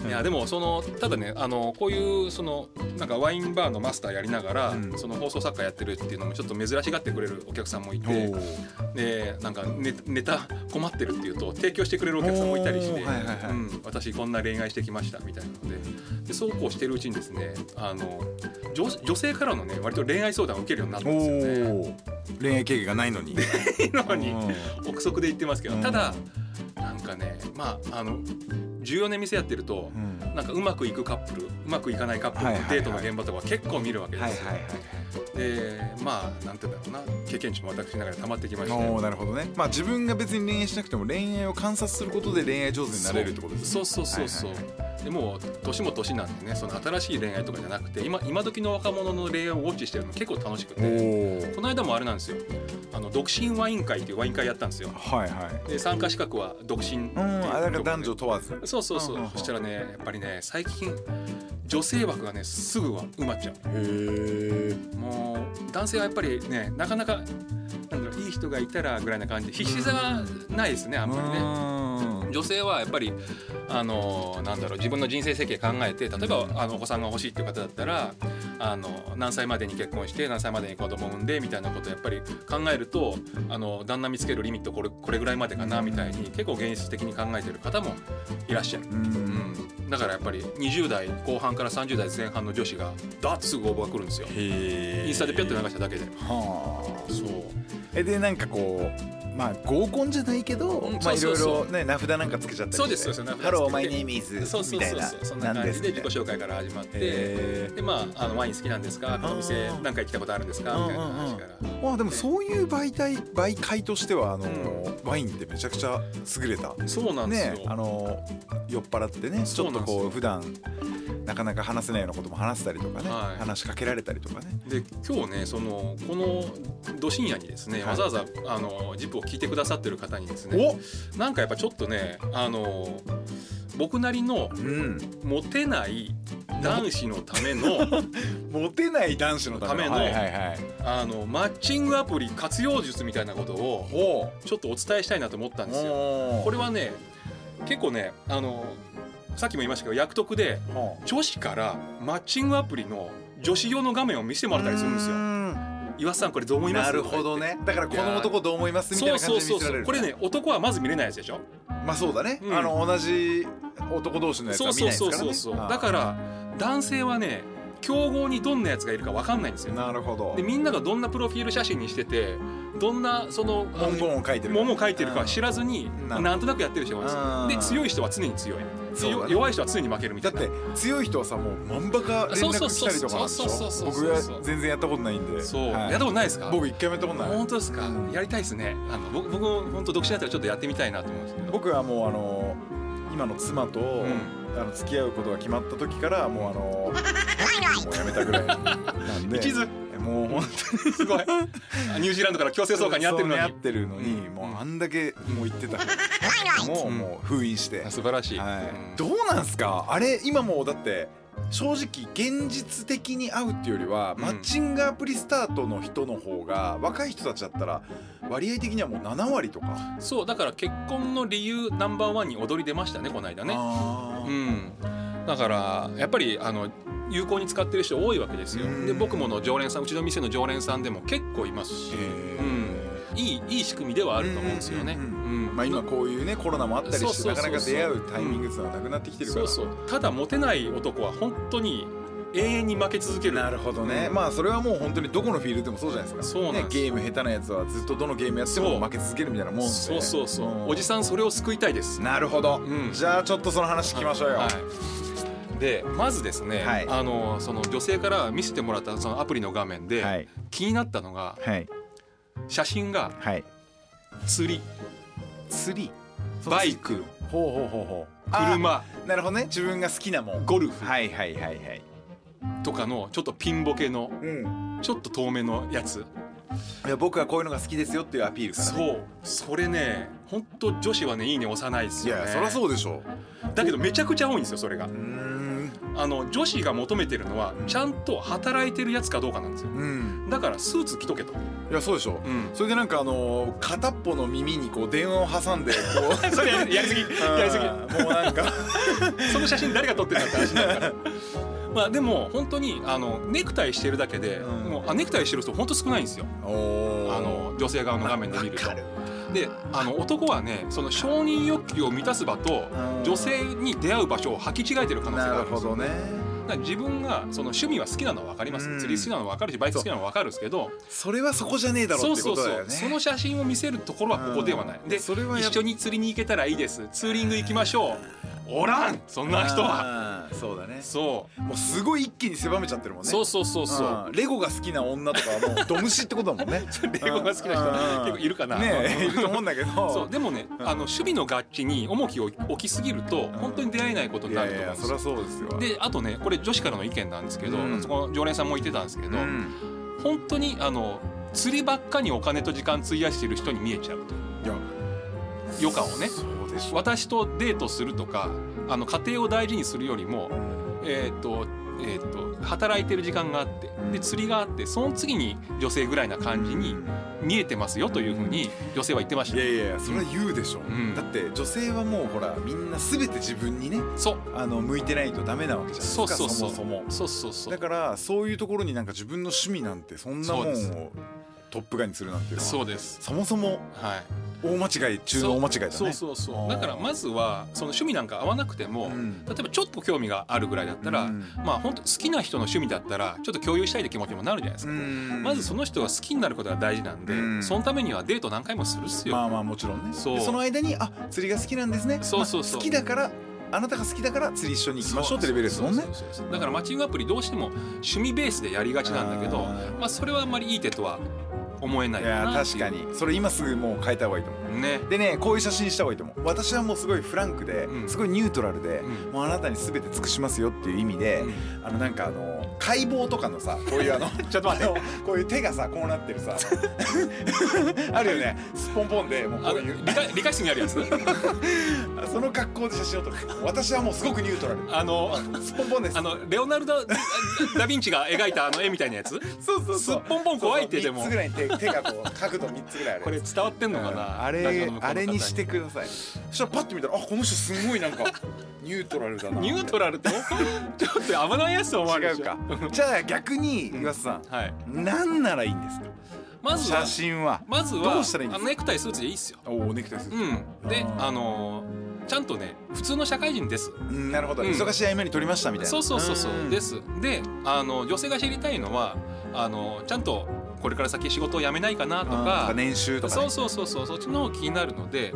Speaker 4: いやでもそのただねあのこういうそのなんかワインバーのマスターやりながら、
Speaker 3: うん
Speaker 4: その放送作家やってるっていうのもちょっと珍しがってくれるお客さんもいてでなんかネネタ困ってるっていうと提供してくれるお客さんもいたりして、
Speaker 3: おーはいはいはい
Speaker 4: うん、私こんな恋愛してきましたみたいなのででそうこうしてるうちにですねあの女女性からのね割と恋愛相談を受けるようになったんですよね。
Speaker 3: おお恋愛経験がないのに
Speaker 4: なのに
Speaker 3: うん
Speaker 4: 憶測で言ってますけど、
Speaker 3: うん
Speaker 4: ただなんかねまああの14年店やってると、
Speaker 3: うん
Speaker 4: なんかうまくいくカップルうまくいかないカップル
Speaker 3: はいはい
Speaker 4: の
Speaker 3: はい
Speaker 4: デートの現場とか結構見るわけで
Speaker 3: はい
Speaker 4: すよ、
Speaker 3: はい
Speaker 4: でまあなんて言うんだろうな経験値も私ながら溜まってきまし
Speaker 3: はいおお
Speaker 4: て
Speaker 3: なるほどねまあ自分が別に恋愛しなくても恋愛を観察することで恋愛上手になれるってことです
Speaker 4: そうそうそうそう、
Speaker 3: はいはい
Speaker 4: でもう年も年なんでねその新しい恋愛とかじゃなくて今今時の若者の恋愛をウォッチしてるの結構楽しくて
Speaker 3: お
Speaker 4: この間もあれなんですよあの独身ワイン会っていうワイン会やったんですよ
Speaker 3: おはいはい
Speaker 4: で参加資格は独身っていう
Speaker 3: うんあだから男
Speaker 4: 女
Speaker 3: 女問わず
Speaker 4: そうそうそう、
Speaker 3: うんうんうん
Speaker 4: そしたらねやっぱりね最近女性枠がねすぐは埋まっちゃう
Speaker 3: へ
Speaker 4: もう男性はやっぱりねなかなかなんだろういい人がいたらぐらいな感じ必死さがないですねあんまりね
Speaker 3: ね
Speaker 4: 女性はやっぱりあのなんだろう自分の人生設計考えて例えばあのお子さんが欲しいっていう方だったらあの何歳までに結婚して何歳までに子供を産んでみたいなことをやっぱり考えるとあの旦那見つけるリミットこれこれぐらいまでかなみたいに結構現実的に考えてる方もいらっしゃる。
Speaker 3: うん
Speaker 4: だからやっぱり20代後半から30代前半の女子がダーッとすぐ応募が来るんですよ
Speaker 3: へ
Speaker 4: インスタでピョッと流しただけで
Speaker 3: はあ
Speaker 4: そう
Speaker 3: えでなんかこうまあ合コンじゃないけど、
Speaker 4: うん
Speaker 3: まあ
Speaker 4: そう
Speaker 3: い
Speaker 4: そ
Speaker 3: ろ
Speaker 4: う
Speaker 3: い
Speaker 4: そう
Speaker 3: ろね名札なんかつけちゃったりして
Speaker 4: そうですそうです名札つけて
Speaker 3: ハローマイネームイズ
Speaker 4: そうそ
Speaker 3: み
Speaker 4: う
Speaker 3: たい
Speaker 4: そう
Speaker 3: な
Speaker 4: そうそんな感じで自己
Speaker 3: 紹
Speaker 4: 紹介から始まって
Speaker 3: え
Speaker 4: でまああのワイン好きなんですかこのお店
Speaker 3: あー
Speaker 4: 何回来たことあるんですかみたいな話から
Speaker 3: まあでもそういう媒体媒介としてはあの、
Speaker 4: う
Speaker 3: ワインってめちゃくちゃ優れた
Speaker 4: そうなんですよ、
Speaker 3: ねあの酔っ払ってねち
Speaker 4: そ
Speaker 3: ょ
Speaker 4: う
Speaker 3: っ
Speaker 4: な
Speaker 3: と
Speaker 4: んですよ
Speaker 3: こう普段なかなか話せないようなことも話せたりとかね、
Speaker 4: はい
Speaker 3: 話しかけられたりとかね
Speaker 4: で今日ねそのこのど深夜にですね、
Speaker 3: はい
Speaker 4: わざわざあのジップを聞いてくださってる方にですね
Speaker 3: お
Speaker 4: なんかやっぱちょっとねあの僕なりの
Speaker 3: うん
Speaker 4: モテない男子のための
Speaker 3: モテない男子のための
Speaker 4: ための
Speaker 3: はいはいはい、
Speaker 4: あのマッチングアプリ活用術みたいなことを
Speaker 3: ほ
Speaker 4: ちょっとお伝えしたいなと思ったん
Speaker 3: う
Speaker 4: ですよ。
Speaker 3: おー
Speaker 4: これはね結構ねあのさっきも言いましたけど役得で
Speaker 3: ほう
Speaker 4: 女子からマッチングアプリの女子用の画面を見せてもらったりするんです
Speaker 3: う
Speaker 4: よ。
Speaker 3: ーん
Speaker 4: 岩田さんこれどう思います
Speaker 3: なるほどねだからこの男どう思いますみたい
Speaker 4: そう
Speaker 3: な
Speaker 4: そ
Speaker 3: 感
Speaker 4: うそ
Speaker 3: じで
Speaker 4: う
Speaker 3: 見せら
Speaker 4: そ
Speaker 3: れ
Speaker 4: う
Speaker 3: る
Speaker 4: これね男はまず見れないやつでしょ。
Speaker 3: まあそうだね、
Speaker 4: うん
Speaker 3: あの同じ男同士のやつ
Speaker 4: そ
Speaker 3: は
Speaker 4: う
Speaker 3: 見ない
Speaker 4: そう
Speaker 3: ですか
Speaker 4: そうそう
Speaker 3: らね
Speaker 4: そう。
Speaker 3: あー
Speaker 4: だから男性はね競合にどんなやつがいるかわかんないんですよ。
Speaker 3: なるほど
Speaker 4: でみんながどんなプロフィール写真にしててどんなそのあの
Speaker 3: 文言を書いてる
Speaker 4: もも書いてるか知
Speaker 3: ら
Speaker 4: らずに
Speaker 3: ん
Speaker 4: なんとなくやってる人が多いんです
Speaker 3: うん
Speaker 4: よで強い人は常に強い
Speaker 3: そうだ
Speaker 4: 強
Speaker 3: ね
Speaker 4: 弱い人は常に負けるみた
Speaker 3: だ
Speaker 4: い
Speaker 3: っ
Speaker 4: な
Speaker 3: て強い人はさもう万馬が連絡来たりとかなんでし
Speaker 4: そうそうそう
Speaker 3: ょ
Speaker 4: そう
Speaker 3: 僕
Speaker 4: そうそう
Speaker 3: は全然やったことないんで
Speaker 4: そう、
Speaker 3: は
Speaker 4: や
Speaker 3: い
Speaker 4: ったことないですか
Speaker 3: 僕一回もやったことない
Speaker 4: 本当ですかやりたいですねあの僕僕も本当独身だったらちょっとやってみたいなと思うんですけど
Speaker 3: 僕はもうあの今の妻と、
Speaker 4: ん
Speaker 3: あの付き合うことが決まった時からもうあのもう やめたぐらいなん で
Speaker 4: 一途
Speaker 3: もう本
Speaker 4: すごいあニュージーランドから強制送還にやってるのに
Speaker 3: そうね合ってるのに
Speaker 4: うん
Speaker 3: もうあんだけもう言ってたも
Speaker 4: う
Speaker 3: うんもう封印して、
Speaker 4: あ素晴らしい、うん
Speaker 3: はい、どうなんすかあれ今もうだって正直現実的に会うっていうよりは、
Speaker 4: うん
Speaker 3: マッチングアプリスタートの人の方が若い人たちだったら割合的にはもう7割とか
Speaker 4: そうだから結婚の理由ナンバーワンに踊り出ましたねこの間ね
Speaker 3: あ
Speaker 4: う
Speaker 3: ー
Speaker 4: ん、だからやっぱりあの有効に使ってる人多いわけですよ
Speaker 3: うん
Speaker 4: で僕もの常連さんうちの店の常連さんでも結構いますし
Speaker 3: へー
Speaker 4: いいいい仕組みではあると思うんですよね。
Speaker 3: うん
Speaker 4: うん
Speaker 3: まあ、今こういうねコロナもあったり
Speaker 4: そう
Speaker 3: し
Speaker 4: そう
Speaker 3: て
Speaker 4: そう
Speaker 3: な
Speaker 4: そ
Speaker 3: か
Speaker 4: う
Speaker 3: なか出会うタイミングっていうのはなくなってきてるか
Speaker 4: そ
Speaker 3: ら
Speaker 4: うそうただモテない男は本当に永遠に負け続ける
Speaker 3: なるほどね、まあそれはもう本当にどこのフィールドでもそうじゃないです
Speaker 4: そ
Speaker 3: か
Speaker 4: うなんです
Speaker 3: ね、ゲーム下手なやつはずっとどのゲームやっても
Speaker 4: そう
Speaker 3: 負け続けるみたいなもんで
Speaker 4: そうそうそう、
Speaker 3: ん
Speaker 4: おじさんそれを救いたいです
Speaker 3: なるほど、
Speaker 4: うん
Speaker 3: じゃあちょっとその話聞きましょうよ、
Speaker 4: はいでまずですね、
Speaker 3: はい
Speaker 4: あのその女性から見せてもらったそのアプリの画面で、
Speaker 3: はい
Speaker 4: 気になったのが
Speaker 3: はい
Speaker 4: 写真が
Speaker 3: はい
Speaker 4: 釣り
Speaker 3: 釣り
Speaker 4: バイク
Speaker 3: ほうほうほうほう
Speaker 4: 車
Speaker 3: あなるほどね自分が好きなもん
Speaker 4: ゴルフ
Speaker 3: はいはいはいはい
Speaker 4: とかのちょっとピンボケの
Speaker 3: うん
Speaker 4: ちょっと遠めのやつ
Speaker 3: いや僕はこういうのが好きですよっていうアピールから、ね、
Speaker 4: そうそれね本当女子はねいいね押さないです
Speaker 3: い
Speaker 4: よ、ね、
Speaker 3: やいやそりゃそうでしょ
Speaker 4: だけどめちゃくちゃ多いんですよそれが
Speaker 3: ううーん
Speaker 4: あの女子が求めてるのはちゃんと働いてるやつかどうかなんですよ
Speaker 3: うん
Speaker 4: だからスーツ着とけと、
Speaker 3: いやそうでしょ、
Speaker 4: うん、
Speaker 3: それでなんかあのー片っぽの耳にこう電話を挟んでこう
Speaker 4: それやりやりすぎやりすぎ
Speaker 3: ぎもう なんか
Speaker 4: その写真誰が撮ってたって話にな るからまあでも本当にあのネクタイしてるだけで、
Speaker 3: うん
Speaker 4: もうあネクタイしてる人本当少ないんですよ
Speaker 3: おお
Speaker 4: あの女性側の画面で見ると
Speaker 3: わかる
Speaker 4: であの男はねその承認欲求を満たす場と
Speaker 3: うん
Speaker 4: 女性に出会う場所を履き違えてる可能性があ
Speaker 3: な
Speaker 4: る
Speaker 3: る
Speaker 4: んで
Speaker 3: ほ
Speaker 4: すよ
Speaker 3: どね
Speaker 4: だから自分がその趣味は好きなのは分かります、
Speaker 3: うん
Speaker 4: 釣り好きなのは分かるしバイク好きなのは分かるんですけど
Speaker 3: それはそこじゃねえだろ
Speaker 4: そうう
Speaker 3: って
Speaker 4: そ
Speaker 3: こ
Speaker 4: う
Speaker 3: と
Speaker 4: そ
Speaker 3: だ
Speaker 4: う
Speaker 3: よね
Speaker 4: その写真を見せるところはここではない
Speaker 3: うん
Speaker 4: で
Speaker 3: それはやっぱ
Speaker 4: 一緒に釣りに行けたらいいですツーリング行きましょうおらんそんな人は
Speaker 3: はそうだね
Speaker 4: そう
Speaker 3: もうすごい一気に狭めちゃってるもんね
Speaker 4: そうそうそうそう
Speaker 3: うんレゴが好きな女とかはもうドムシってことだ もんね
Speaker 4: レゴが好きな人
Speaker 3: うん
Speaker 4: 結構いるかな
Speaker 3: ねえいると思うんだけど
Speaker 4: そうでもね、あの趣味の楽器に重きを置きすぎると本当に出会えないこと
Speaker 3: い
Speaker 4: にな
Speaker 3: や
Speaker 4: ると
Speaker 3: い
Speaker 4: 思うん
Speaker 3: や
Speaker 4: で
Speaker 3: そ
Speaker 4: す
Speaker 3: りゃ
Speaker 4: よ。
Speaker 3: そうですよ
Speaker 4: であとねこれ女子からの意見なんですけど、
Speaker 3: うん
Speaker 4: そこの常連さんも言ってたんですけ
Speaker 3: う
Speaker 4: ど、
Speaker 3: ん
Speaker 4: 本当にあの釣りばっかにお金と時間費やしてる人に見えちゃうと
Speaker 3: いや
Speaker 4: 余暇をね
Speaker 3: そうでしょ
Speaker 4: 私とデートするとかあの家庭を大事にするよりも、えーとえー、と働いてる時間があってで釣りがあってその次に女性ぐらいな感じに見えてますよというふうに女性は言ってまし
Speaker 3: い
Speaker 4: た
Speaker 3: や。いやいやそれは言うでしょ、
Speaker 4: ん
Speaker 3: だって女性はもうほらみんな全て自分にね
Speaker 4: そう
Speaker 3: あの向いてないとダメなわけじゃないです
Speaker 4: そ
Speaker 3: か
Speaker 4: うそうそう
Speaker 3: もそも
Speaker 4: そうそうそう
Speaker 3: だからそういうところになんか自分の趣味なんてそんなもん
Speaker 4: そうです
Speaker 3: をトップガンにするなんていうのは
Speaker 4: そうです
Speaker 3: そもそも
Speaker 4: はい
Speaker 3: 大間違い中の大間違いだね
Speaker 4: そうそうそう
Speaker 3: あ
Speaker 4: そう
Speaker 3: ー
Speaker 4: だからまずはその趣味なんか合わなくても、
Speaker 3: うん
Speaker 4: 例えばちょっと興味があるぐらいだったら、
Speaker 3: うん
Speaker 4: まあ本当好きな人の趣味だったらちょっと共有したいって気持ちにもなるじゃないですか、
Speaker 3: ん
Speaker 4: まずその人が好きになることが大事なんで、
Speaker 3: うん
Speaker 4: そのためにはデート何回もするっすよ、
Speaker 3: まあまあもちろんね
Speaker 4: そう
Speaker 3: でその間にあ釣りが好きなんですね
Speaker 4: そうそうそう
Speaker 3: まあ好きだからあなたが好きだから釣り一緒に行きましょうってレベルですもんね
Speaker 4: そうそうそうそうだからマッチングアプリどうしても趣味ベースでやりがちなんだけど
Speaker 3: あー
Speaker 4: まあそれはあんまりいい手とは思えない
Speaker 3: い
Speaker 4: かな
Speaker 3: や
Speaker 4: っていう
Speaker 3: 確かにそれ今すぐもう変えた方がいいと思う
Speaker 4: ね
Speaker 3: でねこういう写真にした方がいいと思う私はもうすごいフランクで、
Speaker 4: うん
Speaker 3: すごいニュートラルで、
Speaker 4: うん
Speaker 3: もうあなたに全て尽くしますよっていう意味で、あのなんかあの解剖とかのさこういうあの ちょっと待ってこういう手がさこうなってるさあるよねスポンポンでもう
Speaker 4: あ
Speaker 3: こ
Speaker 4: の
Speaker 3: ういう
Speaker 4: 理科理科室にあるや つ
Speaker 3: その格好で写真を撮る私はもうすごくニュートラル
Speaker 4: あの
Speaker 3: スポンポンです
Speaker 4: あのレオナルド・ダ・ダヴィンチが描いたあの絵みたいなやつ
Speaker 3: そうそうそう
Speaker 4: すっぽんぽん怖いって
Speaker 3: そうそ
Speaker 4: でも
Speaker 3: う3つぐらいに手手がこう角度3つぐらいあるやつ
Speaker 4: これ伝わってんのか
Speaker 3: うん
Speaker 4: な
Speaker 3: あ
Speaker 4: ラジオの
Speaker 3: れ
Speaker 4: 向こうの方
Speaker 3: あれにしてくださいそしたらパッと見たらあこの人すごいなんかニュートラルだな
Speaker 4: ニュートラルってちょっと危ないやつと思われる
Speaker 3: 違
Speaker 4: でし
Speaker 3: う
Speaker 4: ょ
Speaker 3: かじゃあ逆に岩瀬さ
Speaker 4: はい
Speaker 3: ん何ならいいんですか
Speaker 4: まずは
Speaker 3: 写真は
Speaker 4: まずは
Speaker 3: どうしたらいいん
Speaker 4: あ
Speaker 3: です
Speaker 4: の
Speaker 3: か
Speaker 4: ネクタイスーツでいいっすよ
Speaker 3: おおネクタイす
Speaker 4: う
Speaker 3: る
Speaker 4: んで
Speaker 3: あー
Speaker 4: あのーちゃんとね普通の社会人です
Speaker 3: うんなるほど
Speaker 4: うん
Speaker 3: 忙しい合間に撮りましたみたいな
Speaker 4: そうそうそうそうんですであの女性が知りたいのはあのちゃんとこれから先仕事を辞めないかな
Speaker 3: う
Speaker 4: と
Speaker 3: んとか
Speaker 4: か
Speaker 3: 年収とか
Speaker 4: そ
Speaker 3: ね
Speaker 4: うそうそうそうそっちの方気になるので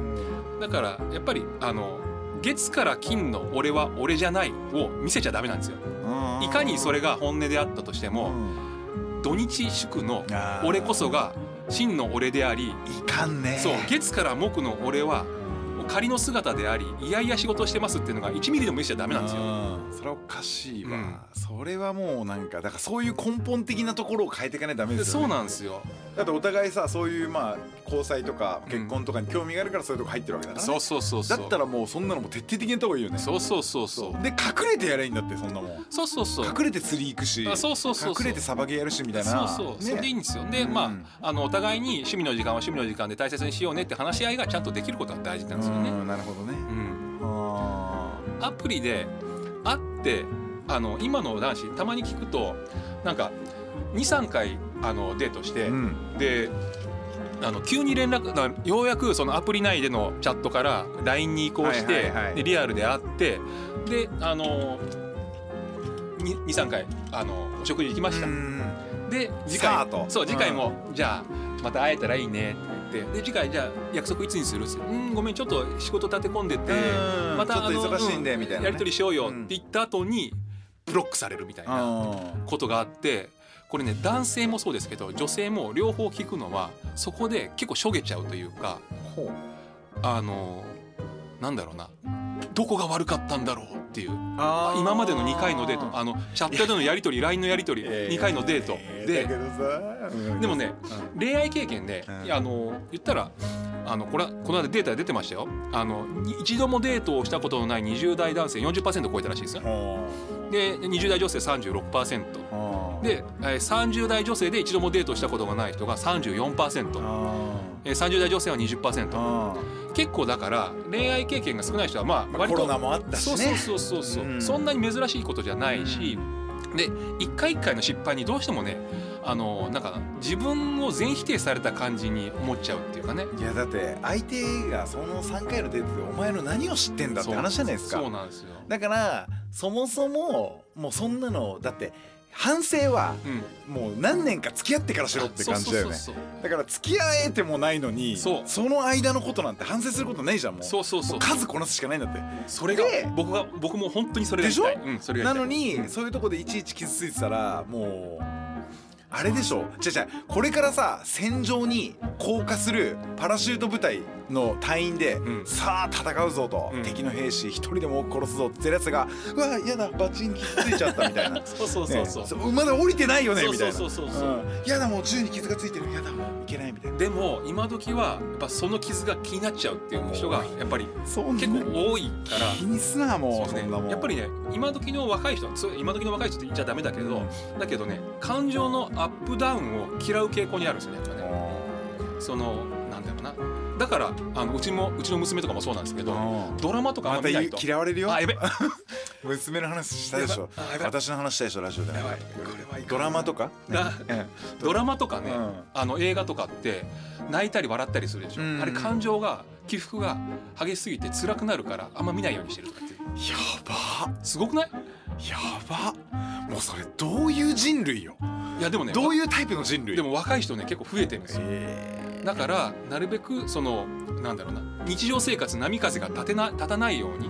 Speaker 4: だからやっぱりあの月から金の俺は俺じゃないを見せちゃダメなんですよ
Speaker 3: うん
Speaker 4: いかにそれが本音であったとして
Speaker 3: う
Speaker 4: も
Speaker 3: ん
Speaker 4: 土日祝の
Speaker 3: あー
Speaker 4: 俺こそが真の俺であり
Speaker 3: いかんね
Speaker 4: そう月から木の俺は仮の姿でありいやいや仕事をしてますっていうのが1ミリでも見せちゃダメなんですよ。
Speaker 3: うんそれはおかしいわそれはもうなんかだからそういう根本的なところを変えていかないとダメ
Speaker 4: で
Speaker 3: ですよ
Speaker 4: そ
Speaker 3: ね
Speaker 4: うなんですよ。
Speaker 3: だってお互いさそういうまあ交際とか結婚とかに興味があるからそういうとこ入ってるわけだからね、
Speaker 4: そうそうそうそう。
Speaker 3: だったらもうそんなのもう徹底的にやった方がいいよね
Speaker 4: そうそうそうそう。
Speaker 3: で隠れてやればいいんだってそんなもん
Speaker 4: そうそうそう。
Speaker 3: 隠れて釣り行くし
Speaker 4: あそうそうそうそう
Speaker 3: 隠れてサバゲーやるしみたい
Speaker 4: そ
Speaker 3: な
Speaker 4: うそう。
Speaker 3: ね
Speaker 4: それでいいんですよ。で、
Speaker 3: う
Speaker 4: ま
Speaker 3: ん
Speaker 4: ああのお互いに趣味の時間は趣味の時間で大切にしようねって話し合いがちゃんとできることが大事なんですよね。
Speaker 3: うんなるほどね
Speaker 4: うん。
Speaker 3: あ
Speaker 4: アプリで会ってあの今の男子たまに聞くとなんか23回あのデートして、
Speaker 3: ーうん
Speaker 4: であの急に連絡なようやくそのアプリ内でのチャットから LINE に移行して、
Speaker 3: はいはいはい
Speaker 4: でリアルで会ってであの23回あのお食事行きました、
Speaker 3: うん
Speaker 4: で次
Speaker 3: さ
Speaker 4: 回
Speaker 3: あと
Speaker 4: そう次回も、じゃあまた会えたらいいねって言ってで次回じゃあ約束いつにするってうんごめんちょっと仕事立て込んでて
Speaker 3: うん
Speaker 4: また
Speaker 3: ちょっと
Speaker 4: あの
Speaker 3: 忙しいんで
Speaker 4: う
Speaker 3: みたいなね
Speaker 4: やり取りしようよっ
Speaker 3: う
Speaker 4: て
Speaker 3: ん
Speaker 4: 言った後にブロックされるみたいな
Speaker 3: あ
Speaker 4: ことがあってこれね男性もそうですけど女性も両方聞くのはそこで結構しょげちゃうというか
Speaker 3: ほ
Speaker 4: あのなんだろうなどこが悪かったんだろうっていう
Speaker 3: あ
Speaker 4: 今までの2回のデートあのチャットでのやり取り LINE のやり取り2回のデートで
Speaker 3: だけどさうん
Speaker 4: でもね恋愛経験で、
Speaker 3: うん
Speaker 4: いやあの言ったらあのこれはこの間データで出てましたよあのに一度もデートをしたことのない20代男性40%超えたらしいですよ
Speaker 3: ほ
Speaker 4: で20代女性36%
Speaker 3: うほう
Speaker 4: で、えー30代女性で一度もデートしたことがない人が34%、
Speaker 3: あ
Speaker 4: えー、30代女性は20%
Speaker 3: あ
Speaker 4: 結構だから恋愛経験が少ない人はまあ
Speaker 3: まあ
Speaker 4: 割
Speaker 3: コ
Speaker 4: と、
Speaker 3: ロナもあったし
Speaker 4: そう
Speaker 3: ね
Speaker 4: そうそうそうそう、
Speaker 3: うん
Speaker 4: そんなに珍しいことじゃないし、で一回一回の失敗にどうしてもねあのなんか自分を全否定された感じに思っちゃうっていうかね
Speaker 3: いやだって相手がその3回のデートでお前の何を知ってんだって
Speaker 4: そう
Speaker 3: 話じゃないですか
Speaker 4: そうなんですよ、
Speaker 3: だからそもそももうそんなのだって反省は
Speaker 4: うん、
Speaker 3: もう何年か付き合ってからしろって感じだよね
Speaker 4: そう
Speaker 3: だから付き合えてもないのに
Speaker 4: そう
Speaker 3: の間のことなんて反省することないじゃんもう
Speaker 4: そうそうそうそうそう
Speaker 3: 数こなすしかないんだって
Speaker 4: それが
Speaker 3: で
Speaker 4: 僕が僕も本当にそれがしたいうん、それが
Speaker 3: な
Speaker 4: やり
Speaker 3: の
Speaker 4: たい
Speaker 3: に、
Speaker 4: うん
Speaker 3: そういうとこでいちいち傷ついてたらもうあれでしょじゃじゃこれからさ戦場に降下するパラシュート部隊の隊員で、
Speaker 4: うん
Speaker 3: さあ戦うぞと、
Speaker 4: うん
Speaker 3: 敵の兵士一人でも多く殺すぞってやつがうわ嫌だバチン傷ついちゃったみたいな
Speaker 4: そう そうそうそう、
Speaker 3: ねまだ降りてないよね
Speaker 4: そう
Speaker 3: みたいな
Speaker 4: そうそうそうそうん
Speaker 3: やだもう銃に傷がついてるやだもういけないみたいな
Speaker 4: でも今時はやっぱその傷が気になっちゃうっていう人がやっぱり
Speaker 3: そう
Speaker 4: 結構多いから
Speaker 3: 気にすなも
Speaker 4: そ
Speaker 3: う
Speaker 4: う
Speaker 3: そ
Speaker 4: ね
Speaker 3: んなもん
Speaker 4: やっぱりね今時の若い人そう今時の若い人って言っちゃダメだけど、だけどね感情のアップダウンを嫌う傾向にあるんですよねやっぱねそのなんだろうなだからあのうちもうちの娘とかもそうなんですけど
Speaker 3: うん
Speaker 4: ドラマとかあんま
Speaker 3: また
Speaker 4: 見ない
Speaker 3: 言う
Speaker 4: と
Speaker 3: 嫌われるよ
Speaker 4: あやべ
Speaker 3: 娘の話したでしょ
Speaker 4: やばあやば
Speaker 3: 私の話したでしょラジオで
Speaker 4: やばいこれはいかん
Speaker 3: ドラマとか
Speaker 4: だ
Speaker 3: ね
Speaker 4: ドラマとかね、
Speaker 3: うん
Speaker 4: あの映画とかって泣いたり笑ったりするでしょ、
Speaker 3: うん
Speaker 4: あれ感情が起伏が激しすぎて辛くなるからあんま見ないようにしてるとかっていう
Speaker 3: やば
Speaker 4: すごくない
Speaker 3: やばもうそれどういう人類よ
Speaker 4: いやでもね
Speaker 3: どういうタイプの人類
Speaker 4: でも若い人ね結構増えてるんですよ
Speaker 3: え
Speaker 4: だからなるべくそのなんだろうな日常生活波風が立てな立たないよう
Speaker 3: ー
Speaker 4: に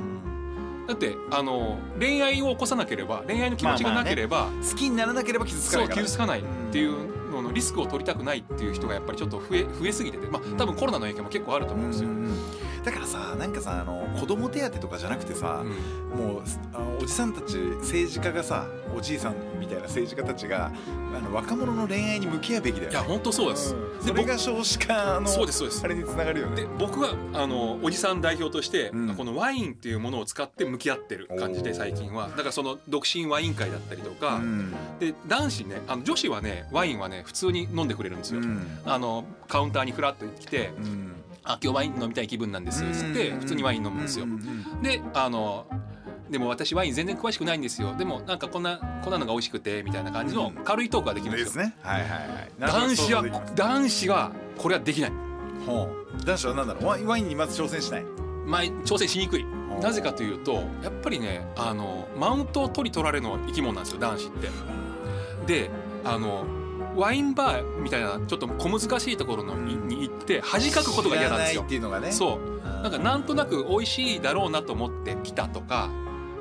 Speaker 4: だってあの恋愛を起こさなければ恋愛の気持ちがなければ、
Speaker 3: 好きにならなければ傷つか
Speaker 4: そ
Speaker 3: な
Speaker 4: う
Speaker 3: いから
Speaker 4: 傷つかないっていうののリスクを取りたくないっていう人がやっぱりちょっと増え増えすぎててまあ多分コロナの影響も結構あると
Speaker 3: う
Speaker 4: 思うん
Speaker 3: ん
Speaker 4: ですよ。
Speaker 3: だからさなんかさあの子供手当とかじゃなくてさ、
Speaker 4: うん
Speaker 3: もうあのおじさんたち政治家がさおじいさんみたいな政治家たちがあの若者の恋愛に向き合うべきだよ
Speaker 4: いや
Speaker 3: ね
Speaker 4: 本当そうです。
Speaker 3: うん
Speaker 4: で
Speaker 3: それ
Speaker 4: 僕
Speaker 3: が少子化の
Speaker 4: そうですそうです
Speaker 3: あれにつながるよね
Speaker 4: で僕はあのおじさん代表として、
Speaker 3: うん
Speaker 4: このワインっていうものを使って向き合ってる感じで最近はだからその独身ワイン会だったりとか、
Speaker 3: うん
Speaker 4: で男子ねあの女子はねワインはね普通に飲んでくれるんですよ。あのカウンターにフラッと来て
Speaker 3: うん
Speaker 4: 「あ今日ワイン飲みたい気分なんです」っつって
Speaker 3: うん
Speaker 4: 普通にワイン飲むんですよ
Speaker 3: う。うん
Speaker 4: であのでも私ワイン全然詳しくないんですよでもなんかこんなこんなのが美味しくてみたいな感じの
Speaker 3: うん
Speaker 4: 軽いトークができ
Speaker 3: うん
Speaker 4: るん
Speaker 3: で
Speaker 4: です
Speaker 3: す
Speaker 4: よ。
Speaker 3: ねはいはいはい
Speaker 4: 男子は
Speaker 3: なるほど
Speaker 4: 男子はこれはできない、
Speaker 3: ほう男子は何だろうワインワインにまず挑戦しない
Speaker 4: まあ、挑戦しにくいなぜかというとやっぱりねあのマウントを取り取られの生き物なんですよ男子って。であのワインバーみたいなちょっと小難しいところのにに行って恥かくことが嫌なんです
Speaker 3: 知
Speaker 4: よ
Speaker 3: らないっ。ていうのがね
Speaker 4: そう
Speaker 3: な
Speaker 4: なんかなんとなく美味しいだろうなと思って来たとか